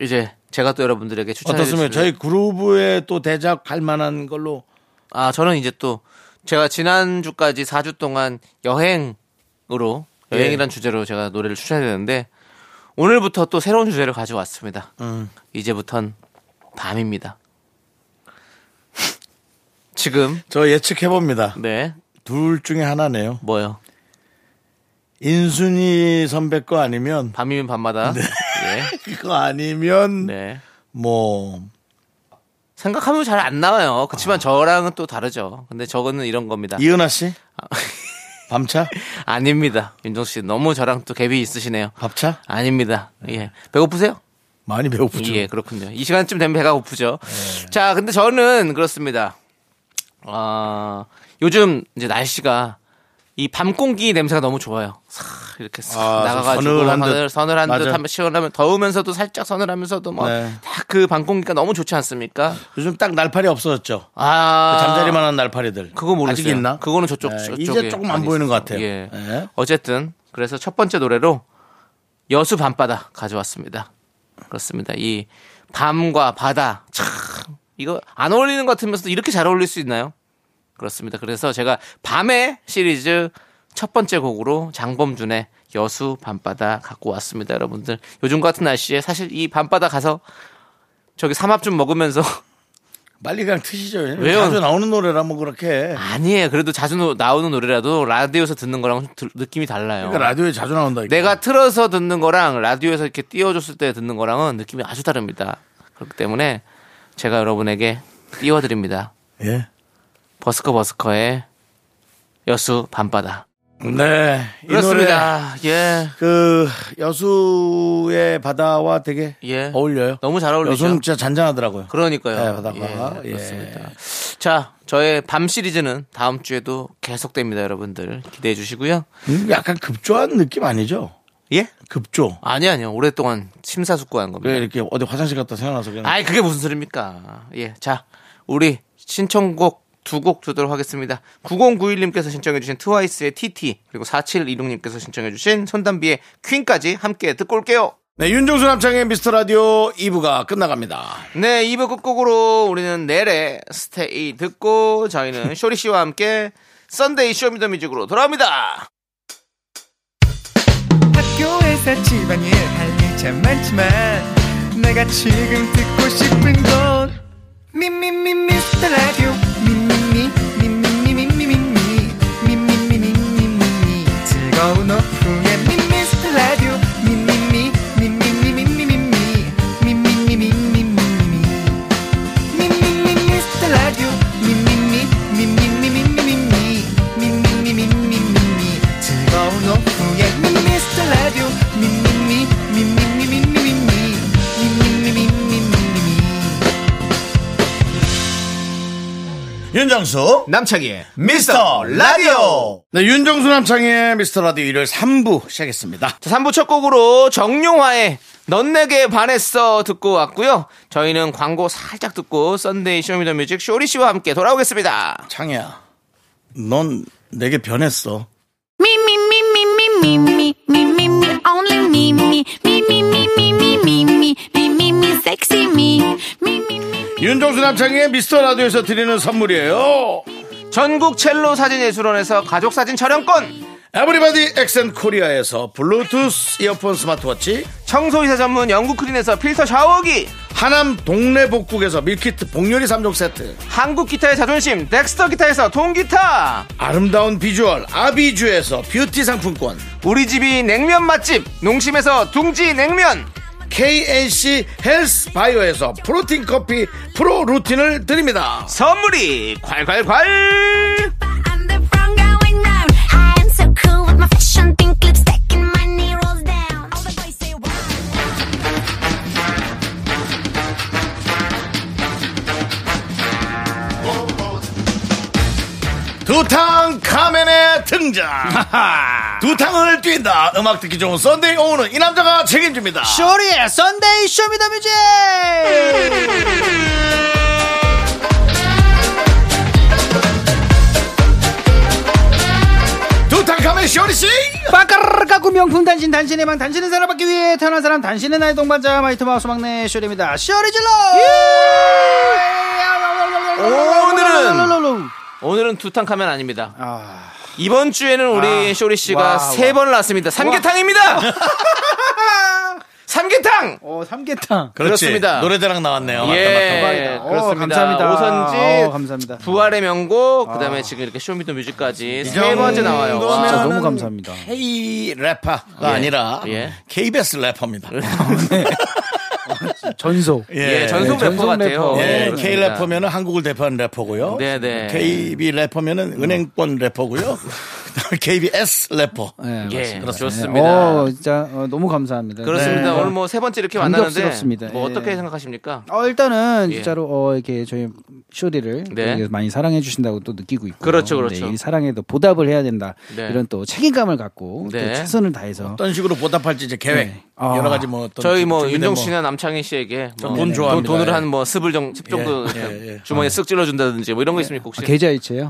B: 이제 제가 또 여러분들에게 추천해
A: 어떻습니까?
B: 드릴
A: 저희 그룹에 또 대작 할 만한 걸로
B: 아, 저는 이제 또 제가 지난주까지 4주 동안 여행으로 여행이란 주제로 제가 노래를 추천했는데 오늘부터 또 새로운 주제를 가져왔습니다. 이제부턴 밤입니다. 지금
A: 저 예측해 봅니다.
B: 네
A: 둘 중에 하나네요.
B: 뭐요?
A: 인순이 선배 거 아니면 <laughs>
B: 밤이면 밤마다
A: 그거 아니면
B: 예, 네
A: 뭐
B: 생각하면 잘 안 나와요. 그렇지만 저랑은 또 다르죠. 근데 저거는 이런 겁니다. 아,
A: 이은하 씨 밤차
B: <laughs> 아닙니다, 윤종 씨 너무 저랑 또 갭이 있으시네요.
A: 밥차
B: 아닙니다. 예 배고프세요?
A: 많이 배고프죠. 네.
B: 예, 그렇군요. 이 시간쯤 되면 배가 고프죠. 자, 근데 저는 그렇습니다. 아, 요즘 이제 날씨가 이 밤 공기 냄새가 너무 좋아요. 싹 이렇게 싹
A: 아,
B: 나가가지고
A: 서늘한 듯.
B: 서늘, 서늘한
A: 맞아.
B: 듯 하면 시원하면 더우면서도 살짝 서늘하면서도
A: 네.
B: 뭐다그밤 공기가 너무 좋지 않습니까?
A: 요즘 딱 날파리 없어졌죠.
B: 아,
A: 그 잠자리만한 날파리들.
B: 그거 모르겠어요.
A: 아직 있나?
B: 그거는 저쪽
A: 예,
B: 저쪽에
A: 이제 조금 안
B: 많이
A: 보이는 것
B: 있어요.
A: 같아요.
B: 예.
A: 예.
B: 어쨌든 그래서 첫 번째 노래로 여수 밤바다 가져왔습니다. 그렇습니다. 이 밤과 바다 참 이거 안 어울리는 것 같으면서도 이렇게 잘 어울릴 수 있나요? 그렇습니다. 그래서 제가 밤의 시리즈 첫 번째 곡으로 장범준의 여수 밤바다 갖고 왔습니다, 여러분들. 요즘 같은 날씨에 사실 이 밤바다 가서 저기 삼합 좀 먹으면서 <laughs>
A: 빨리 그냥 트시죠.
B: 왜요?
A: 자주 나오는 노래라 뭐 그렇게.
B: 아니에요. 그래도 자주 노- 나오는 노래라도 라디오에서 듣는 거랑 좀 들- 느낌이 달라요.
A: 그러니까 라디오에 자주 나온다. 이거.
B: 내가 틀어서 듣는 거랑 라디오에서 이렇게 띄워줬을 때 듣는 거랑은 느낌이 아주 다릅니다. 그렇기 때문에 제가 여러분에게 띄워드립니다.
A: 예.
B: 버스커 버스커의 여수 밤바다.
A: 네. 이 노래
B: 그렇습니다. 예.
A: 그 여수의 바다와 되게
B: 예.
A: 어울려요.
B: 너무 잘 어울리죠.
A: 여수는 진짜 잔잔하더라고요.
B: 그러니까요.
A: 네, 바다가. 예.
B: 그렇습니다. 자, 저의 밤 시리즈는 다음 주에도 계속됩니다, 여러분들. 기대해 주시고요.
A: 음, 약간 급조한 느낌 아니죠?
B: 예?
A: 급조.
B: 아니 아니요. 오랫동안 심사숙고한 겁니다.
A: 왜 이렇게 어디 화장실 갔다 생각나서 그냥
B: 아이 그게 무슨 소리입니까? 예, 자 우리 신청곡 두 곡 주도록 하겠습니다. 9091님께서 신청해주신 트와이스의 TT 그리고 4726님께서 신청해주신 손담비의 퀸까지 함께 듣고 올게요.
A: 네, 윤종수 남창의 미스터 라디오 2부가 끝나갑니다.
B: 네, 2부 끝곡으로 우리는 내래 스테이 듣고 저희는 쇼리 씨와 함께 썬데이 쇼미더뮤직으로 돌아옵니다.
G: 학교에서 집안일 할 일 참 많지만 내가 지금 듣고 싶은 건 미미미 미스터 라디오 미미미 미미미 미미미 미미미 미미미 즐거운 오후에 미스터 라디오 미미미 미미미 미미미 미미미 미미미 미미미 미스터 라디오 미미미 미미미 미미미 미미미 미미미 즐거운 오후에 미스터 라디오 미미미 미미미 미미미 미미미 미미미
H: 윤정수
B: 남창희의
H: 미스터 라디오
A: 네, 윤종수 남창의 미스터 라디오 일요일 3부 시작했습니다.
B: 자, 3부 첫 곡으로 정용화의 넌 내게 반했어 듣고 왔고요. 저희는 광고 살짝 듣고 썬데이 쇼미더뮤직 쇼리 씨와 함께 돌아오겠습니다.
A: 창희야, 넌 내게 변했어.
F: Me, me, me, me, me, me, me, me, me, me, only me, me, me, me, me, me, me, me, me, me, me, me, sexy me, me, me, me.
A: 윤종수 남창의 미스터 라디오에서 드리는 선물이에요.
B: 전국 첼로 사진예술원에서 가족사진 촬영권!
A: 에브리바디 엑센 코리아에서 블루투스 이어폰 스마트워치,
B: 청소이사 전문 영국크린에서 필터 샤워기!
A: 하남 동네 복국에서 밀키트 복요리 3종 세트,
B: 한국 기타의 자존심 덱스터 기타에서 통기타!
A: 아름다운 비주얼 아비주에서 뷰티 상품권,
B: 우리 집이 냉면 맛집 농심에서 둥지 냉면!
A: KNC 헬스 바이오에서 프로틴 커피 프로 루틴을 드립니다.
B: 선물이 콸콸콸!
F: I'm the front going round. I am so cool with my fashion, pink lipstick, and my knee rolls down. All the boys say wow.
A: 두탕 카멘의 등장. 두탕을 뛴다. 음악 듣기 좋은 썬데이 오후는 이 남자가 책임집니다.
B: 쇼리의 썬데이 쇼미더뮤직!
A: 두탕 카멘 쇼리 씨.
I: 빠까르르 깎고 명품 단신 단신의 망 단신의 사랑받기 위해 태어난 사람 단신의 나의 동반자 마이토마우스 막내 쇼리입니다 쇼리 질러
B: 예! 오늘은 오늘은 두탕카면 아닙니다. 이번 주에는 우리 쇼리 씨가
I: 와,
B: 세
I: 와.
B: 번을 낳았습니다. 삼계탕입니다. <laughs> 삼계탕.
I: 오 어, 삼계탕
B: 그렇습니다.
A: 노래자랑 나왔네요.
B: 예,
I: 대박이다. 어,
B: 그렇습니다.
I: 감사합니다.
B: 오선지,
I: 어, 감사합니다.
B: 부활의 명곡, 그다음에 지금 이렇게 쇼미더뮤직까지 세
A: 정도면-
B: 번째 나와요. 와.
I: 진짜 너무 감사합니다
A: K 래퍼가 아니라
B: 예.
A: KBS 래퍼입니다.
I: 전속
B: <laughs> 예, 전속 래퍼
I: 전속
B: 같아요.
I: 래퍼.
B: 네,
A: 예,
B: 그렇습니다.
A: K 래퍼면은 한국을 대표하는 래퍼고요.
B: 네, 네.
A: KB 래퍼면은 은행권 래퍼고요. KBS 래퍼.
I: 예,
B: 예,
I: 맞습니다.
B: 좋습니다.
I: 어, 진짜 어, 너무 감사합니다
B: 그렇습니다.
I: 네.
B: 오늘 뭐 세 번째 이렇게 만나는데
I: 감격스럽습니다.
B: 뭐
I: 예.
B: 어떻게 생각하십니까?
I: 어, 일단은
B: 예.
I: 진짜로 어, 이렇게 저희 쇼리를
B: 네.
I: 되게 많이 사랑해 주신다고 또 느끼고 있고
B: 그렇죠, 그렇죠.
I: 이 사랑에도 보답을 해야 된다
B: 네.
I: 이런 또 책임감을 갖고
B: 네.
I: 또 최선을 다해서 아,
A: 어떤 식으로 보답할지 이제 계획.
I: 네. 아.
A: 여러 가지 뭐 어떤
B: 저희 뭐
A: 준비된
B: 윤정 씨나 남창희 씨에게 뭐
A: 돈
B: 돈,
A: 좋아합니다.
B: 돈을
A: 예.
B: 한 뭐 습을 정, 습 정도
A: 예,
B: 이렇게
A: 예, 예.
B: 주머니에 쓱 찔러준다든지 뭐 이런 거 있습니까 혹시? <laughs>
I: 아, 계좌이체요?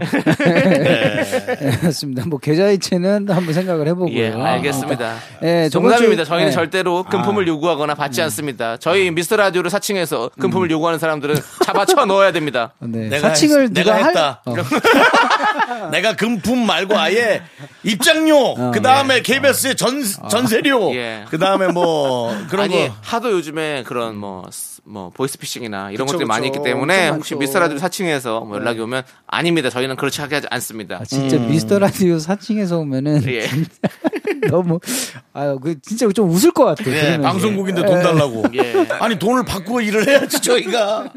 I: 네, 맞습니다. 뭐 계좌이체는 한번 생각을 해보고요.
B: 예, 알겠습니다. 네,
I: 예, 저번
B: 정답입니다.
I: 주-
B: 저희는
I: 네. 음.
B: 절대로 금품을 요구하거나 받지 않습니다. 저희 미스터 라디오를 사칭해서 금품을 요구하는 사람들은 잡아쳐 넣어야
I: <laughs>
B: 됩니다.
I: 네,
A: 내가
I: 사칭을
A: 했-
I: 누가
A: 내가
I: 할-
A: 했다.
I: 어,
A: 내가 금품 말고
B: <laughs>
A: 아예 입장료,
B: 어,
A: 그 다음에 KBS의 전, 전세료,
B: 네. 예.
A: 그 다음에 뭐 그런
B: 아니
A: 거.
B: 하도 요즘에 그런 뭐. 스- 뭐 보이스피싱이나 이런 것들이 많이 있기
I: 그쵸.
B: 때문에
I: 엄청
B: 혹시
I: 많죠. 네.
B: 미스터 라디오 사칭해서 뭐 연락이 오면 아닙니다. 저희는 그렇게 하게 하지 않습니다.
I: 아, 진짜 미스터 라디오 사칭해서 오면은
B: 음. 예.
I: <laughs> 너무 아그 진짜 좀 웃을 것 같아요.
B: 네.
A: 예,
I: 그러면서.
A: 방송국인데 돈 달라고.
B: 예.
A: 아니 돈을 받고 일을 해야지 저희가.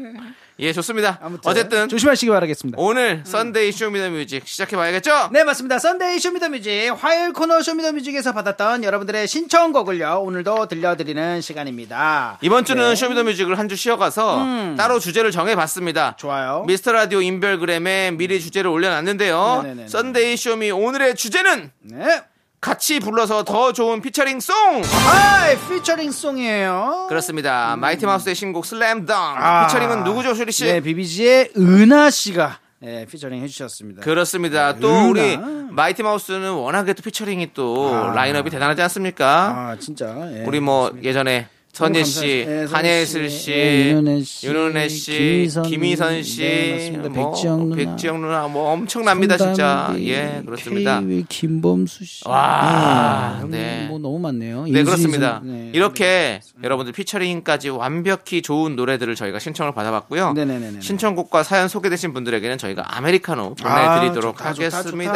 B: 예, 좋습니다. 어쨌든
I: 조심하시기 바라겠습니다.
B: 아. 오늘 썬데이 쇼미더뮤직 시작해 봐야겠죠?
I: 네 맞습니다. 썬데이 쇼미더뮤직 화요일 코너 쇼미더뮤직에서 받았던 여러분들의 신청곡을요 오늘도 들려드리는 시간입니다.
B: 이번 주는
I: 네.
B: 쇼미더뮤직을 한 주 쉬어가서 따로 주제를 정해봤습니다.
I: 음. 좋아요. 음.
B: 미스터 라디오 인별그램에 미리 주제를 올려놨는데요.
I: 네네네네.
B: 썬데이 쇼미 오늘의 주제는
I: 네.
B: 같이 불러서 더 좋은 피처링 송.
I: 하이 피처링 송이에요.
B: 그렇습니다. 마이티 마우스의 신곡 슬램덩.
I: 음. 아.
B: 피처링은 누구죠, 슈리 씨?
I: 네, 비비지의 은하 씨가 예, 피처링 해주셨습니다.
B: 그렇습니다. 또
I: 유나.
B: 우리 마이티 마우스는 워낙에 또 피처링이 또 라인업이 대단하지 않습니까?
I: 아 진짜. 예.
B: 우리 뭐 예전에 선예 씨,
I: 감사합니다. 예,
B: 한예슬
I: 선예 씨,
B: 씨,
I: 예, 윤은혜 씨,
B: 윤은혜 씨,
I: 김희선,
B: 김희선
I: 네,
B: 씨,
I: 맞습니다.
B: 뭐,
I: 백지영 누나.
B: 백지영 누나, 뭐 엄청납니다 진짜.
I: 손담비,
B: 예, 그렇습니다.
I: K웨이, 김범수 씨.
B: 와,
I: 아,
B: 네.
I: 뭐 너무 많네요.
B: 네
I: 인순이
B: 그렇습니다.
I: 선- 네.
B: 이렇게 여러분들 피처링까지 완벽히 좋은 노래들을 저희가 신청을 받아봤고요.
I: 네네네네.
B: 신청곡과 사연 소개되신 분들에는 저희가 아메리카노
I: 아,
B: 보내드리도록
I: 좋다, 좋다,
B: 하겠습니다.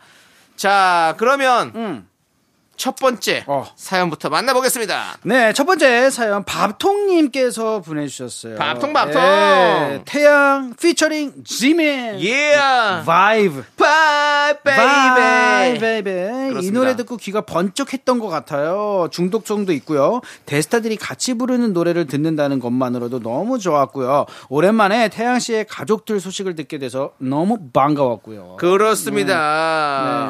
I: 좋다.
B: 자 그러면
I: 음.
B: 첫 번째
I: 어.
B: 사연부터 만나보겠습니다.
I: 네, 첫 번째 사연 밥통님께서 보내주셨어요. 네,
B: 밥통, 밥통.
I: 태양 피처링 지민
B: 예,
I: 바이브.
B: 바이
I: 바이
B: 베이베.
I: 베이베 이
B: 그렇습니다.
I: 노래 듣고 귀가 번쩍했던 것 같아요 중독성도 있고요 대스타들이 같이 부르는 노래를 듣는다는 것만으로도 너무 좋았고요 오랜만에 태양 씨의 가족들 소식을 듣게 돼서 너무 반가웠고요 그...
B: 그렇습니다.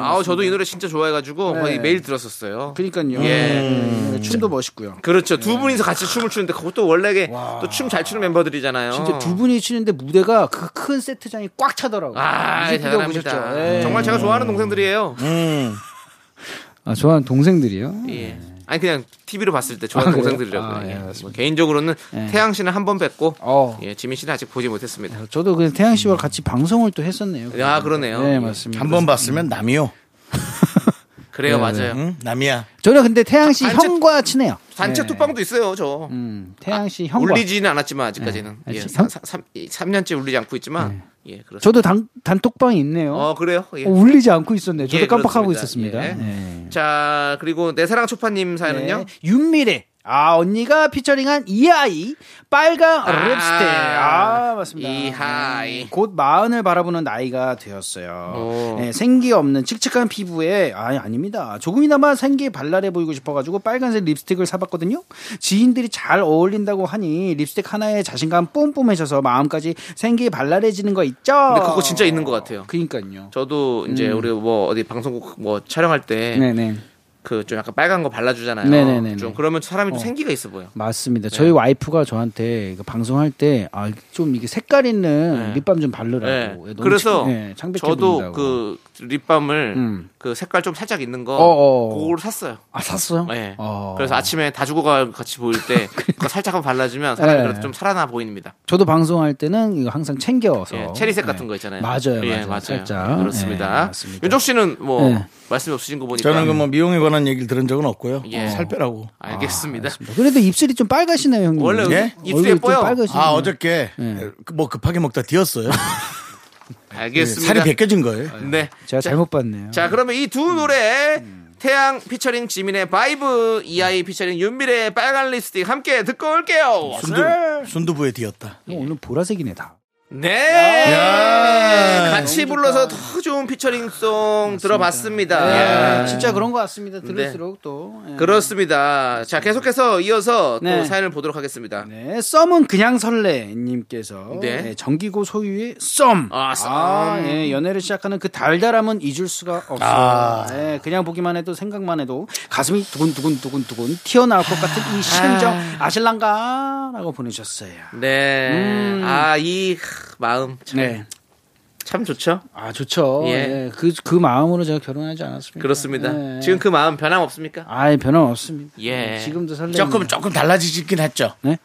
I: 네,
B: 아우 저도 이 노래 진짜 좋아해가지고
I: 네. 그러니까
B: 거의 매일 들었었어요.
I: 러니까 네. 요 음,
B: 예.
I: 춤도 멋있고요
B: 그렇죠. 두 분이서 같이 춤을 추는데 그것도 원래 또 춤 잘 추는 멤버들이잖아요.
I: 진짜 두 분이 추는데 무대가 그 큰 세트장이 꽉 차더라고요
B: 아,
I: 뮤직비디오
B: 대단합니다.
I: 보셨죠? 음. 예.
B: 정말 제가 좋아하는 동생들이에요.
G: 아, 좋아하는 동생들이요?
B: 예. 아니 그냥 TV로 봤을 때 좋아하는
G: 아, 그래요?
B: 동생들이라고
G: 아,
B: 요
G: 예,
B: 개인적으로는 태양 씨는 한 번 뵙고
I: 예. 어.
B: 예, 지민 씨는 아직 보지 못했습니다.
I: 저도 그 태양 씨와 같이 방송을 또 했었네요
B: 아 그러네요.
I: 네 맞습니다
A: 한 번 봤으면 남이요.
B: 그래요
I: 네.
B: 맞아요.
I: 음.
A: 응? 남이야.
I: 저는 근데 태양 씨
B: 단체-
I: 형과 친해요
B: 단체
I: 네.
B: 톡방도 있어요 저.
I: 음, 태양 씨 형과
B: 아, 울리지는 않았지만 아직까지는
G: 네.
B: 예,
G: 아직 삼-
B: 3, 년째 울리지 않고 있지만 예 그렇습니다.
I: 네. 저도 단, 단톡방이 있네요.
B: 어 그래요. 예.
G: 어, 울리지 않고 있었네. 저도
B: 예,
G: 깜빡하고
B: 그렇습니다.
G: 있었습니다.
B: 예.
G: 네.
B: 자 그리고 내 사랑 초파님 사연은요.
I: 네. 윤미래. 아, 언니가 피처링한 이 아이. 빨강
B: 아,
I: 립스틱. 아, 맞습니다.
B: 이 아이.
I: 음, 곧 마흔을 바라보는 나이가 되었어요.
B: 오.
I: 네, 생기 없는 칙칙한 피부에, 아, 아닙니다. 조금이나마 생기 발랄해 보이고 싶어가지고 빨간색 립스틱을 사봤거든요. 지인들이 잘 어울린다고 하니 립스틱 하나에 자신감 뿜뿜해져서 마음까지 생기 발랄해지는 거 있죠?
B: 근데 그거 진짜 있는 것 같아요.
I: 그니까요.
B: 저도 이제 우리 뭐 어디 방송국 뭐 촬영할 때 그 좀
I: 음. 네네.
B: 약간 빨간 거 발라주잖아요.
I: 네네네네.
B: 좀 그러면 사람이 좀 생기가 있어 보여.
I: 맞습니다.
B: 네.
I: 저희 와이프가 저한테 이거 방송할 때, 아, 좀 이게 색깔 있는
B: 네.
I: 립밤 좀
B: 네.
I: 바르라고. 예, 너무
B: 그래서
I: 치- 예, 창백해
B: 저도
I: 보인다고.
B: 그 립밤을
I: 음.
B: 그 색깔 좀 살짝 있는 거
I: 어어.
B: 그걸 샀어요.
I: 아, 샀어요?
B: 예.
I: 어.
B: 그래서 아침에 다 죽어가 같이 보일
I: <laughs>
B: 때 그거 살짝 한번 발라주면 사람이
I: 예.
B: 그래도 좀 살아나 보입니다.
I: 저도 방송할 때는 이거 항상 챙겨서. 네.
B: 예, 체리색 같은 거 있잖아요.
I: 그렇죠. 맞아요,
B: 예,
I: 맞아요. 살짝.
B: 예,
I: 예,
B: 그렇습니다.
I: 맞습니다.
B: 윤정 씨는 뭐
I: 예.
B: 말씀 없으신 거 보니까
A: 저는 그 뭐 미용에 관한 얘기를 들은 적은 없고요.
B: 그러니까.
I: 어,
B: 예.
A: 살 빼라고.
B: 알겠습니다.
I: 네. 그래도 입술이 좀 빨가시네요, 형님.
B: 원래
A: 예?
B: 입술 예뻐요.
I: 빨가시네요.
A: 아 어저께 뭐 급하게 먹다 뒤었어요.
B: 알겠습니다.
A: 살이 벗겨진 거예요.
B: 네.
I: 제가 잘못 봤네요.
B: 자, 그러면 이 두 노래 태양 피처링 지민의 바이브,
I: 네.
B: 이아이 피처링 윤미래의 빨간 립스틱 함께 듣고 올게요.
A: 순두, 부에 뒤었다.
B: 예.
I: 어, 오늘 보라색이네, 다.
B: 네. 같이 불러서 더 좋은 피처링송 들어봤습니다.
I: 예, 진짜 그런 것 같습니다. 들을수록 또. 예.
B: 그렇습니다. 자, 계속해서 이어서
I: 네.
B: 또 사연을 보도록 하겠습니다.
I: 네, 썸은 그냥 설레님께서
B: 네.
I: 네, 정기고 소유의 썸.
B: 아, 썸.
I: 예, 연애를 시작하는 그 달달함은 잊을 수가 없어요.
B: 아.
I: 예, 그냥 보기만 해도 생각만 해도 가슴이 두근두근 두근두근 튀어나올 것 같은 이 심정
B: 아.
I: 아실랑가라고 보내셨어요.
B: 네.
I: 음.
B: 아, 이 하, 마음 참,
I: 네,
B: 참 좋죠?
I: 아 좋죠.
B: 예.
I: 예, 그, 그 마음으로 제가 결혼하지 않았습니까? <laughs>
B: 그렇습니다.
I: 예.
B: 지금 그 마음 변함없습니까?
I: 아예 변함 없습니다.
B: 예.
I: 네, 지금도 설레.
A: 조금 조금 달라지긴 했죠.
I: 네.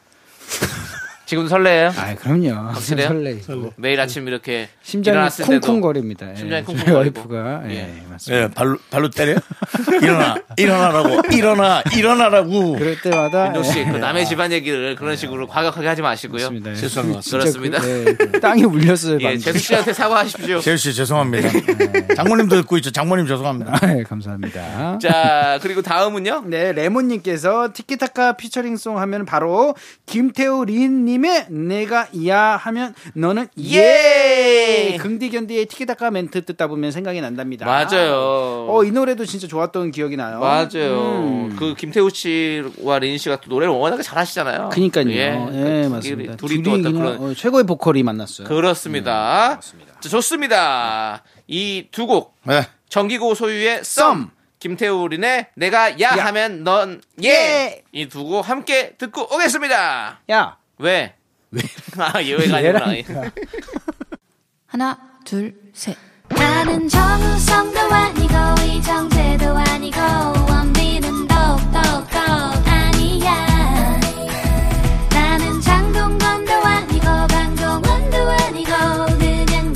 B: 지금 설레요?
I: 아 그럼요.
B: 확실해요?
I: <laughs> 설레.
B: 매일 아침 이렇게
I: 심장이
B: 일어났을 때도
I: 쿵쿵거립니다. 예,
B: 심장이
I: 저희
B: 쿵쿵거리고.
I: 와이프가 예, 맞습니다.
A: 예, 발로 발로 때려. <laughs> 일어나, 일어나라고, 일어나, 일어나라고.
I: 그럴 때마다
B: 윤종
I: 예,
B: 씨, 그 남의 집안 얘기를 그런 식으로 과격하게 하지 마시고요.
I: 맞습니다. 네. 예.
A: 죄송한 것 같습니다.
B: 그렇습니다. <laughs>
I: 그, 예, 그 땅이 울렸어요.
B: 예,
I: 방금.
B: 재수 씨한테 사과하십시오.
A: 재우 씨 죄송합니다.
I: 네.
A: 장모님도 듣고 있죠. 장모님 죄송합니다.
I: 아, 예, 감사합니다.
B: 자, 그리고 다음은요.
I: 네, 레몬님께서 티키타카 피처링송 하면 바로 김태우 린님의 내가 야 하면 너는
B: 예.
I: 예! 금디견디의 티키타카 멘트 듣다 보면 생각이 난답니다.
B: 맞아요.
I: 어, 이 노래도 진짜 좋았던 기억이
G: 어?
I: 나요.
B: 맞아요.
G: 음.
B: 그 김태우 씨와 린 씨가 또 노래를 워낙에 잘하시잖아요.
I: 그니까요.
B: 예,
I: 예,
B: 그
I: 맞습니다.
B: 둘이 또 어떤
I: 그냥,
B: 그런
I: 어, 최고의 보컬이
G: 네.
I: 만났어요.
B: 그렇습니다. 자, 좋습니다. 이 두 곡.
A: 네.
B: 정기고 소유의 썸. 김태우 린의 내가 야, 하면 넌 예.
I: 예.
B: 이 두 곡 함께 듣고 오겠습니다.
I: 야,
B: <laughs>
G: <laughs>
B: 왜? 아, 예외가 아니구나.
F: 하나, 둘, 셋.
E: 나는 정우성도 아니고 이정재도 아니고 원빈은 더욱더 아니야 나는 장동건도 아니고 강동원도 아니고 그냥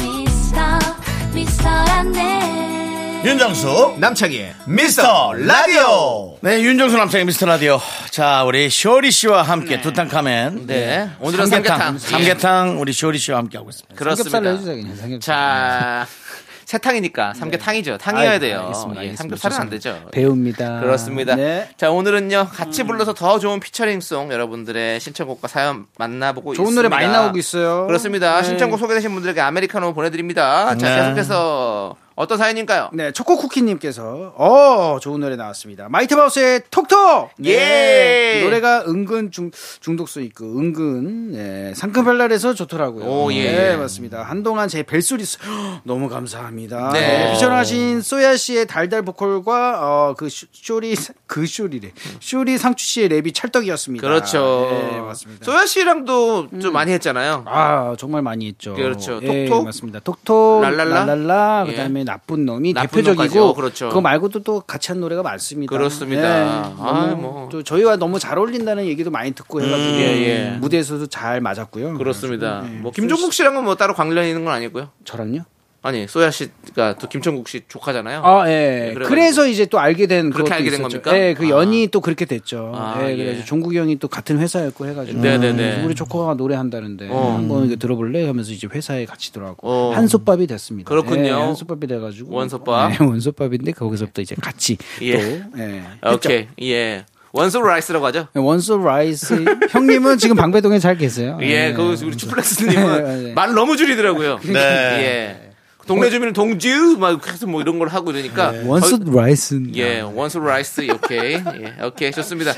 E: 미스터 미스터란데
H: 윤정수
B: 남창희의
H: 미스터 라디오
A: 네, 윤정수 남창의 미스터 라디오. 자, 우리 쇼리 씨와 함께 두탕카멘.
B: 네. 오늘은 삼계탕.
A: 삼계탕 우리 쇼리 씨와 함께 하고 있습니다. <laughs>
B: <laughs> 그렇습니다.
G: 삼겹살로 해주세요 그냥 삼겹살.
B: 자, <laughs> 새탕이니까 삼계탕이죠. 탕이어야
G: 아이고,
B: 돼요.
G: 알겠습니다,
B: 예,
G: 알겠습니다.
B: 삼겹살은 안 되죠.
I: 아,
G: 배웁니다.
B: 그렇습니다.
G: 네.
B: 자, 오늘은요.
I: 음.
B: 같이 불러서 더 좋은 피처링송 여러분들의 신청곡과 사연 만나보고
I: 좋은
B: 있습니다.
I: 노래 많이 나오고 있어요. 네.
B: 그렇습니다. 신청곡 소개되신 분들에게 아메리카노 보내드립니다. 자,
A: 네.
B: 계속해서 어떤 사연일까요?
I: 네, 초코쿠키님께서 어 좋은 노래 나왔습니다. 마이트마우스의 톡톡.
B: 예.
I: 이 네, 노래가 은근 중 중독성 있고 은근 예, 상큼발랄해서 좋더라고요.
B: 오, 예.
I: 네, 맞습니다. 한동안 제 벨소리 소- 헉, <gasps> 너무 감사합니다.
B: 네.
I: 네. 피처링하신 소야 씨의 달달 보컬과 어, 그 쇼- 쇼리 그 쇼리래 쇼리 상추 씨의 랩이 찰떡이었습니다.
B: 그렇죠.
I: 네, 맞습니다. 음.
B: 소연 씨랑도 좀 많이 했잖아요.
I: 아 정말 많이 했죠.
B: 그렇죠.
I: 예,
B: 톡톡?
I: 맞습니다. 톡톡
B: 랄랄라?
I: 랄랄라,
B: 예.
I: 그다음에 나쁜 놈이
B: 나쁜 놈까지요.
I: 대표적이고
B: 그렇죠.
I: 거 말고도 또 같이 한 노래가 많습니다.
B: 그렇습니다. 아,
I: 너무
B: 뭐.
I: 또 저희와 너무 잘 어울린다는 얘기도 많이 듣고 해가지고 음.
B: 예, 예.
I: 무대에서도 잘 맞았고요.
B: 음, 그렇습니다.
I: 예.
B: 뭐 김종국 씨랑은 뭐 따로 관련 있는 건 아니고요.
I: 저랑요?
B: 아니 소야 씨가 또 김종국 씨 조카잖아요.
I: 아, 예.
B: 네, 그래가지고.
I: 그래서 이제 또 알게 된
B: 그렇게
I: 그것도
B: 알게 된
I: 있었죠.
B: 겁니까?
I: 예, 그
B: 아.
I: 연이 또 그렇게 됐죠.
B: 아,
I: 예,
B: 예.
I: 그래서 종국이 형이 또 같은 회사였고 해가지고
B: 네네네.
I: 우리 조커가 노래한다는데
B: 어.
I: 한번 이거 들어볼래 하면서 이제 회사에 같이 들어가고
B: 어.
I: 한솥밥이 됐습니다.
B: 그렇군요.
I: 예, 한솥밥이 돼가지고
B: 원솥밥.
I: 예, 원솥밥인데 거기서부터 이제 같이
B: 예.
I: 또 예,
B: 오케이 예 원소 라이스라고 하죠.
I: 네, 원솥 라이스 형님은 지금 방배동에 잘 계세요.
B: 예, 그 우리
I: 네,
B: 츄플렉스님은
I: 네.
B: 말 너무 줄이더라고요.
H: 네.
B: 예. 동네 주민은 동주 막 계속 뭐 이런 걸 하고 이러니까
I: 네.
G: 원스
B: 어,
G: 라이스.
B: 예, 원소 라이스 오케이 예, 오케이 좋습니다.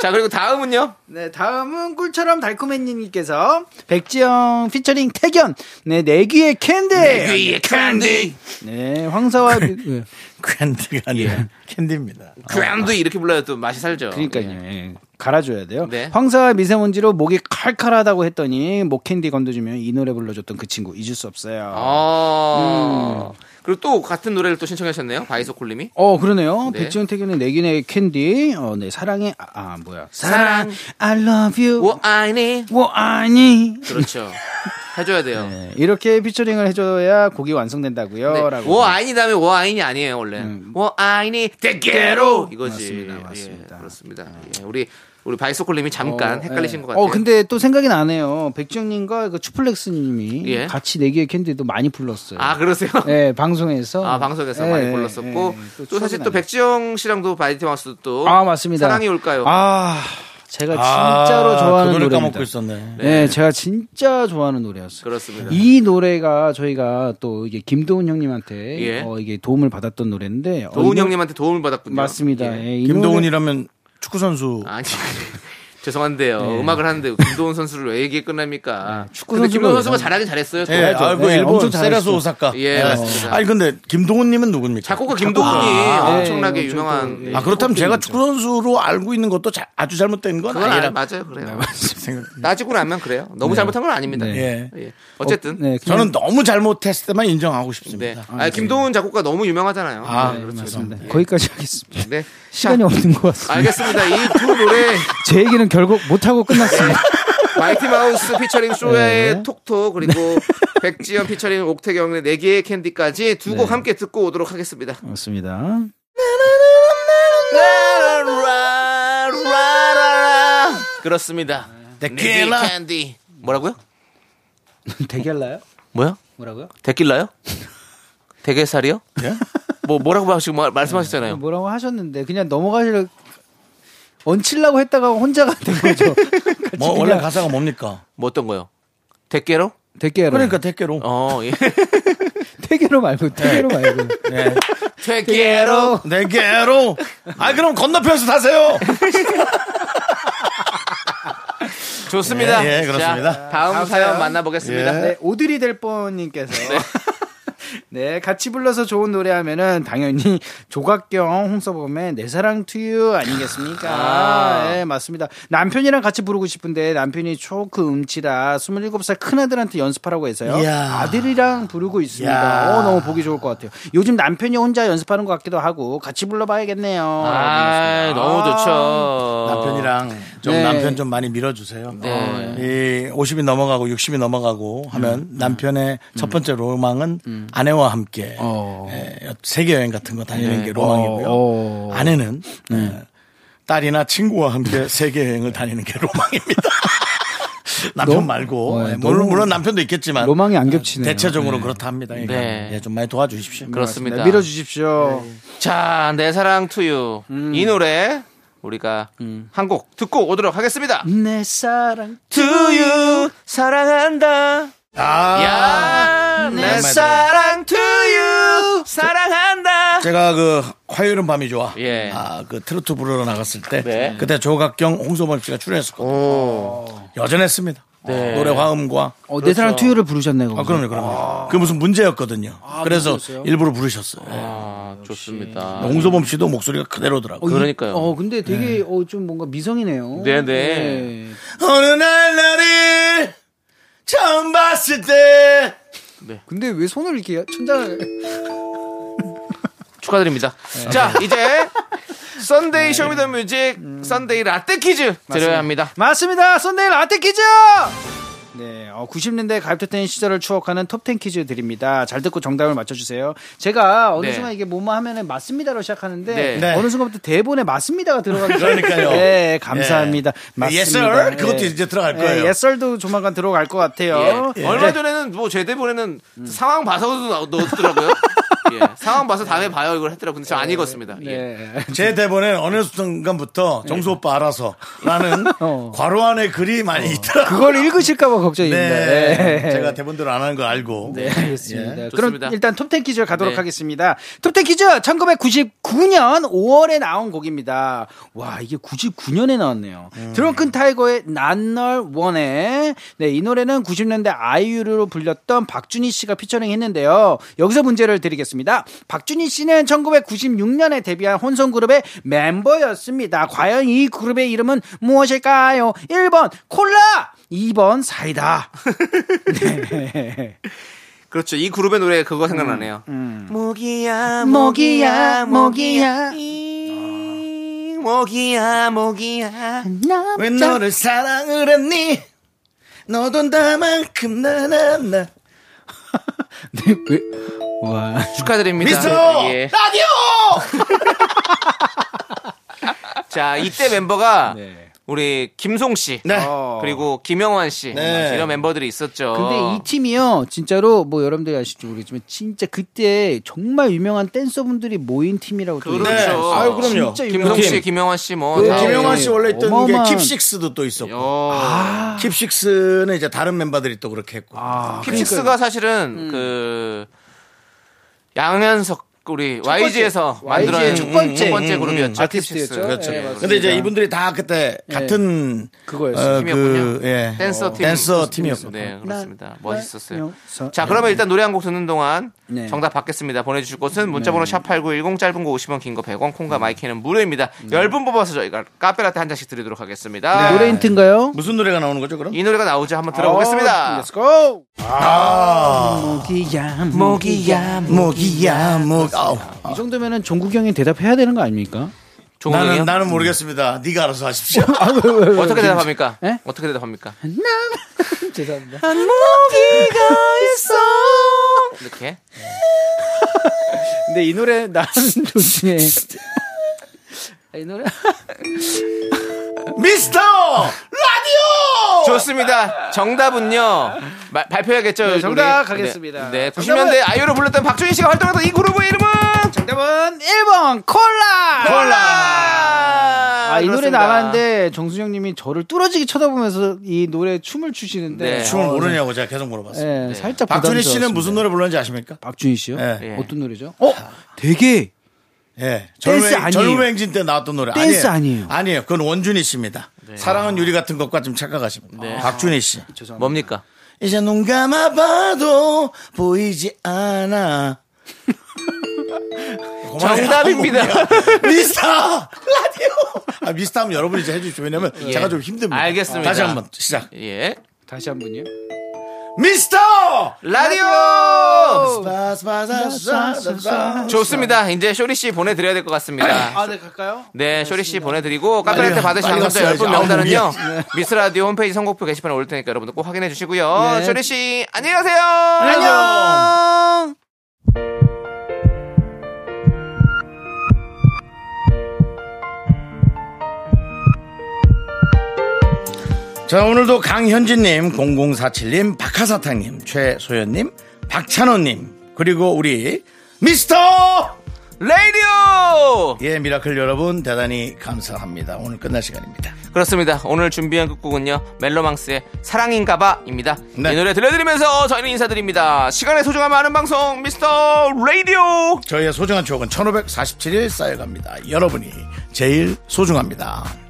B: 자 그리고 다음은요.
I: 네, 다음은 꿀처럼 달콤해님께서 백지영 피처링 태견 네 내귀의 캔디
B: 위에 네 예, 캔디
I: 네 황사와 미- 예.
A: 캔디가 아니라 캔디입니다.
B: 캔디 이렇게 불러야 또 맛이 살죠.
I: 그러니까요. 예. 갈아줘야 돼요.
B: 아, 네.
I: 황사와 미세먼지로 목이 칼칼하다고 했더니 목 캔디 건드주면 이 노래 불러줬던 그 친구 잊을 수 없어요.
B: 아.
I: 음.
B: 그리고 또 같은 노래를 또 신청하셨네요. 바이소콜님이.
I: 어 그러네요.
B: 네.
I: 백지영 태균의 내기네 캔디. 어, 네 사랑해. 아, 아, 뭐야?
B: 사랑.
I: I love you.
B: 워 아니.
I: 뭐 아니.
B: 그렇죠. 해줘야 돼요.
I: 네, 이렇게 피처링을 해줘야 곡이 완성된다고요.
B: 네.
I: 라고. 음.
B: 워 아니 다음에 워 아니이 아니에요 원래. 워 아니 대게로 이거지.
I: 맞습니다, 맞습니다.
B: 예, 그렇습니다. 예, 우리 우리 바이소콜님이 잠깐
I: 어,
B: 헷갈리신
I: 예.
B: 것 같아요.
I: 어, 근데 또 생각이 나네요. 백지영님과 그 추플렉스님이
B: 예.
I: 같이 내기의 캔디도 많이 불렀어요.
B: 아 그러세요?
I: 예,
B: <laughs>
I: 방송에서.
B: 아 방송에서
I: 예,
B: 많이
I: 예,
B: 불렀었고
I: 예,
B: 또,
I: 추억이
B: 사실 또
I: 나네요.
B: 백지영 씨랑도 바이트 마우스 또
I: 아 맞습니다.
B: 사랑이 올까요?
I: 아 제가 진짜로
A: 아,
I: 좋아하는
A: 그 노래
I: 노래입니다.
A: 까먹고 있었네.
I: 네. 제가 진짜 좋아하는 노래였어요.
B: 그렇습니다.
I: 이 노래가 저희가 또 이게 김도훈 형님한테
B: 예.
I: 어, 이게 도움을 받았던 노래인데 어,
B: 도훈
I: 이 노-
B: 형님한테 도움을 받았군요.
I: 맞습니다.
B: 예.
I: 예, 이 노래-
A: 김도훈이라면 축구 선수
B: 아니 <laughs> 죄송한데요 음악을 하는데 김도훈 선수를 왜 얘기 끝납니까?
I: 축구
B: 근데
I: 선수가
B: 김도훈 선수가
I: 왜-
B: 잘하긴 잘했어요. 또.
A: 예, 아, 그
I: 예,
A: 일본
I: 엄청 잘했어.
A: 세라스 오사카.
B: 예, 맞습니다.
A: 아니 근데 김동훈님은 누굽니까?
B: 작곡가 김도훈이
I: 아,
B: 엄청나게
I: 예,
B: 유명한
A: 아 그렇다면 제가 축구 선수로 알고 있는 것도 자- 아주 잘못된 건
B: 그건 아니,
A: 아니라
B: 맞아요 그래요.
A: 생각.
B: <laughs> 따지고 나면 그래요. 너무 잘못한 건 아닙니다.
A: 네.
B: 예. 어쨌든
I: 네, 그냥-
A: 저는 너무 잘못했을 때만 인정하고
B: 네.
A: 싶습니다.
B: 아, 김도훈 작곡가 너무 유명하잖아요.
A: 아,
B: 네, 그렇죠.
I: 맞습니다. 거기까지 하겠습니다.
B: 네.
I: 시간이 없는 것 같습니다.
B: 아. 알겠습니다. 이 두 노래
I: 제 얘기는 결국 못 하고 끝났습니다. <laughs>
B: 마이티 마우스 피처링 쇼야의 톡톡 그리고 백지연 피처링 옥태경의 네 개의 캔디까지 두 곡 함께 듣고 오도록 하겠습니다.
I: 맞습니다.
B: 그렇습니다. 네 개의
A: 데킬라.
B: 캔디. 뭐라고요?
I: 대결나요?
B: 뭐야?
I: 뭐라고요?
B: 데킬라요? 대게살이요?
A: 예?
B: 뭐 뭐라고 하시고 말- 말씀하셨잖아요.
I: 뭐라고 하셨는데 그냥 넘어가실 얹히려고 했다가 혼자가 된 거죠.
A: 뭐 원래 가사가 뭡니까?
B: 뭐 어떤 거요? 대게로?
I: 대결.
A: 그러니까 대깨로.
B: 어, <laughs> 예.
I: 태교로 그 말고 태교로 말고
A: 네.
B: 대게로.
A: 내게로. 어, 아 그럼 건너편에서 타세요.
B: 좋습니다.
A: 예, 예, 그렇습니다.
B: 자, 다음 사연 만나보겠습니다.
A: 예.
I: 네, 오드리 델 뻔님께서
G: <laughs> 네, 같이 불러서 좋은 노래 하면은 당연히 조각경 홍서범의 내 사랑 투유 아니겠습니까?
B: 아.
G: 네, 맞습니다. 남편이랑 같이 부르고 싶은데 남편이 초크 음치라 27살 큰아들한테 연습하라고 해서요.
A: 이야.
G: 아들이랑 부르고 있습니다.
A: 이야.
G: 어, 너무 보기 좋을 것 같아요. 요즘 남편이 혼자 연습하는 것 같기도 하고 같이 불러봐야겠네요.
B: 아, 너무 좋죠.
J: 어.
A: 남편이랑 좀
G: 네.
A: 남편 좀 많이 밀어주세요.
J: 네.
A: 어, 이 50이 넘어가고 60이 넘어가고 하면
J: 음.
A: 남편의 첫 번째 로망은 아내와 함께
G: 어.
A: 예, 세계 여행 같은 거 다니는
J: 네.
A: 게 로망이고요.
G: 어.
A: 아내는 예, 딸이나 친구와 함께 <laughs> 세계 여행을 다니는 게 로망입니다. <laughs> 남편
J: 너무-
A: 말고
J: 어, 예,
A: 예, 물론,
J: 너무
A: 물론 남편도 있겠지만
J: 로망이 안 겹치네요.
A: 대체적으로 그렇다 합니다. 그러니까
B: 네.
A: 예, 좀 많이 도와주십시오.
B: 그렇습니다.
G: 네, 밀어주십시오.
B: 자, 내 사랑 투유. 이 노래 우리가 한 곡 듣고 오도록 하겠습니다.
G: 내 사랑
B: 투유 사랑한다.
A: 아,
B: 야, 내 사랑 투유 사랑한다.
A: 제가 그 화요일은 밤이 좋아.
B: 예.
A: 아 그 트로트 부르러 나갔을 때
B: 네. 어.
A: 그때 조각경 홍소범 씨가 출연했었고 여전했습니다. 노래 화음과
G: 어, 내 사랑
B: 그렇죠.
G: 투유를 부르셨네요.
A: 아 그럼요 그럼요. 그게 무슨 문제였거든요. 그래서 일부러 부르셨어요. 네.
B: 아, 좋습니다.
A: 홍소범 씨도 목소리가 그대로더라고. 요
B: 그러니까요.
G: 어, 근데 되게 어, 좀 뭔가 미성이네요.
B: 네, 네.
A: 어느 날 나를 처음 봤을 때
J: 근데 왜 손을 이렇게 천장을
B: 축하드립니다. 자, 이제 썬데이 쇼미더뮤직 썬데이 라떼 퀴즈 드려야 합니다.
G: <laughs> 맞습니다. 썬데이 라떼 퀴즈! 네, 어, 90년대 가입됐던 시절을 추억하는 톱10 퀴즈 드립니다. 잘 듣고 정답을 맞춰주세요. 제가 어느
B: 네.
G: 순간 이게 뭐뭐 하면은 맞습니다로 시작하는데
B: 네.
A: 네.
G: 어느 순간부터 대본에 맞습니다가
B: <laughs>
G: 들어가기 시작해요.
A: 그러니까요. 아,
G: 네, 감사합니다. 맞습니다.
A: Yes, sir.
G: 예.
A: 그것도 이제 들어갈 거예요.
G: 예, 예설도 조만간 들어갈 것 같아요.
B: 예. 얼마 전에는 뭐 제대본에는 상황 봐서도 나오- 넣었더라고요. 예. 상황 봐서 다음에 봐요 이걸 했더라고요. 근데 저 안 읽었습니다. 예.
G: 네.
A: 제 대본에 어느 순간부터 정수 오빠 알아서 라는
G: 어.
A: 괄호 안에 글이 많이 있더라고요.
G: 그걸 읽으실까봐 걱정입니다.
A: 네.
G: 예.
A: 제가 대본대로 안 하는 걸 알고.
G: 네, 알겠습니다. 그럼
B: 좋습니다.
G: 일단 톱10 퀴즈 가도록
B: 네.
G: 하겠습니다. 톱10 퀴즈 1999년 5월에 나온 곡입니다. 와 이게 99년에 나왔네요. 드렁큰 타이거의 난널 원해. 네이 노래는 90년대 아이유로 불렸던 박준희 씨가 피처링했는데요. 여기서 문제를 드리겠습니다. 박준희 씨는 1996년에 데뷔한 혼성 그룹의 멤버였습니다. 과연 이 그룹의 이름은 무엇일까요? 1번 콜라, 2번 사이다. 네.
B: 그렇죠. 이 그룹의 노래
A: 음,
B: 그거 생각나네요. 목이야
G: 목이야, 목이야.
B: 이- 목이야 목이야.
A: 왜 너를 사랑을 했니? 너도 나만큼 나나나.
J: 와
B: 축하드립니다.
A: 미스터
B: 예.
A: 라디오!
B: <laughs> 자 이때 멤버가 우리 김송 씨
A: 네.
G: 어.
B: 그리고 김영환 씨뭐
A: 네.
B: 이런 멤버들이 있었죠.
G: 근데 이 팀이요, 진짜로 뭐 여러분들이 아실지 모르겠지만 진짜 그때 정말 유명한 댄서분들이 모인 팀이라고 또
B: 그렇죠.
G: 얘기해요.
A: 네. 아유, 그럼요. 네,
G: 진짜
B: 김송
G: 유명한
B: 씨, 김영환 씨뭐
G: 그
A: 김영환 씨 아, 원래 있던
G: 어마어마한-
A: 게 킵식스도 또 있었고. 킵식스는 이제 다른 멤버들이 또 그렇게 했고.
G: 아,
B: 킵식스가 사실은 그 양현석 우리 YG에서 만들어낸 음,
G: 첫 번째 음,
B: 첫 번째 그룹이었죠.
G: 아티스트였죠.
B: 킵식스.
G: 예,
B: 예,
G: 맞습니다. 예.
A: 근데 이제 이분들이 다 그때 같은
G: 그거였어요.
A: 어, 그,
B: 팀이었군요.
G: 네.
A: 예.
B: 댄서
G: 어,
B: 팀.
A: 댄서 팀이었고.
B: 네, 그렇습니다.
G: 나-
B: 멋있었어요.
G: 나-
B: 자, 그러면 일단 노래 한 곡 듣는 동안
G: 네.
B: 정답 받겠습니다. 보내주실 곳은 문자번호 샵8910 짧은 거 50원, 긴 거 100원,
G: 네.
B: 콩과 마이크는 무료입니다. 열 10분 뽑아서 저희가 카페라떼 한 잔씩 드리도록 하겠습니다.
G: 네. 노래 힌트인가요?
A: 무슨 노래가 나오는 거죠, 그럼?
B: 이 노래가 나오죠. 한번 들어보겠습니다.
G: Let's go.
A: 아.
G: <laughs> 목이야, 목이야.
A: 목이야, 목. 아우.
G: 이 정도면은 종국이 형이 대답해야 되는 거 아닙니까?
B: 종훈이요?
A: 나는, 나는 모르겠습니다. 네가 알아서 하십시오.
B: 어떻게 대답합니까?
G: 예?
B: 어떻게 대답합니까?
G: 죄송합니다.
B: 이렇게.
G: 근데 이 노래 <laughs> 나는 도중에 이 노래
A: 미스터
G: 어.
A: 라디오!
B: 좋습니다. 정답은요. 마- 발표해야겠죠. 우리?
G: 네, 정답 가겠습니다.
B: 네,
G: 정답은-
B: 90년대 아이유로 불렀던 박준희 씨가 활동했던 이 그룹의 이름은
G: 정답은 1번 콜라.
B: 콜라.
G: 아, 이 노래
B: 그렇습니다.
G: 나가는데 정순영 님이 저를 뚫어지게 쳐다보면서 이 노래 춤을 추시는데
B: 네.
A: 춤을 모르냐고 제가 계속 물어봤어요.
G: 예, 살짝
A: 박준희 씨는
G: 부담스러웠습니다.
A: 무슨 노래 불렀는지 아십니까?
G: 박준희 씨요?
A: 예.
B: 예.
G: 어떤 노래죠? 어, 되게
A: 예.
G: 댄스
A: 젊은-
G: 아니에요.
A: 젊은 행진 때 나왔던 노래.
G: 댄스 아니에요.
A: 아니에요. 그건 원준희 씨입니다.
B: 네. 아.
A: 사랑은 유리 같은 것과 좀 착각하십니다. 박준희 씨.
B: 뭡니까?
A: 이제 눈 감아봐도 보이지 않아.
G: <laughs>
B: 정답입니다.
A: 미스터 라디오. 아, 미스터 하면 여러분이 이제 해주십시오. 왜냐면
B: 예.
A: 제가 좀 힘듭니다.
B: 알겠습니다.
A: 다시 한번 시작.
B: 예.
I: 다시 한 번요.
A: 미스터
B: 라디오!
A: 스파스파스파스파.
B: 좋습니다. 이제 쇼리 씨 보내드려야 될 것
G: <laughs>
B: 같습니다.
G: 아,
I: 네, 갈까요?
B: 네, 쇼리 씨 보내드리고 카페라테
A: 빨리 가,
B: 받으신
A: 빨리
B: 당첨자
A: 갔어야지.
B: 10분
A: 아우,
B: 명단은요. 예.
A: 우리야.
B: 미스 라디오 홈페이지 선곡표 게시판에 올릴 테니까 여러분들 꼭 확인해 주시고요.
I: 네.
B: 쇼리 씨 안녕히 가세요.
A: 안녕. 자, 오늘도 강현진님, 0047님, 박하사탕님, 최소연님, 박찬호님, 그리고 우리 미스터
B: 라디오.
A: 예, 미라클 여러분 대단히 감사합니다. 오늘 끝날 시간입니다.
B: 그렇습니다. 오늘 준비한 끝곡은요. 멜로망스의 사랑인가봐입니다.
A: 네.
B: 이 노래 들려드리면서 저희는 인사드립니다. 시간의 소중함을 아는 방송 미스터 라디오.
A: 저희의 소중한 추억은 1547일 쌓여갑니다. 여러분이 제일 소중합니다.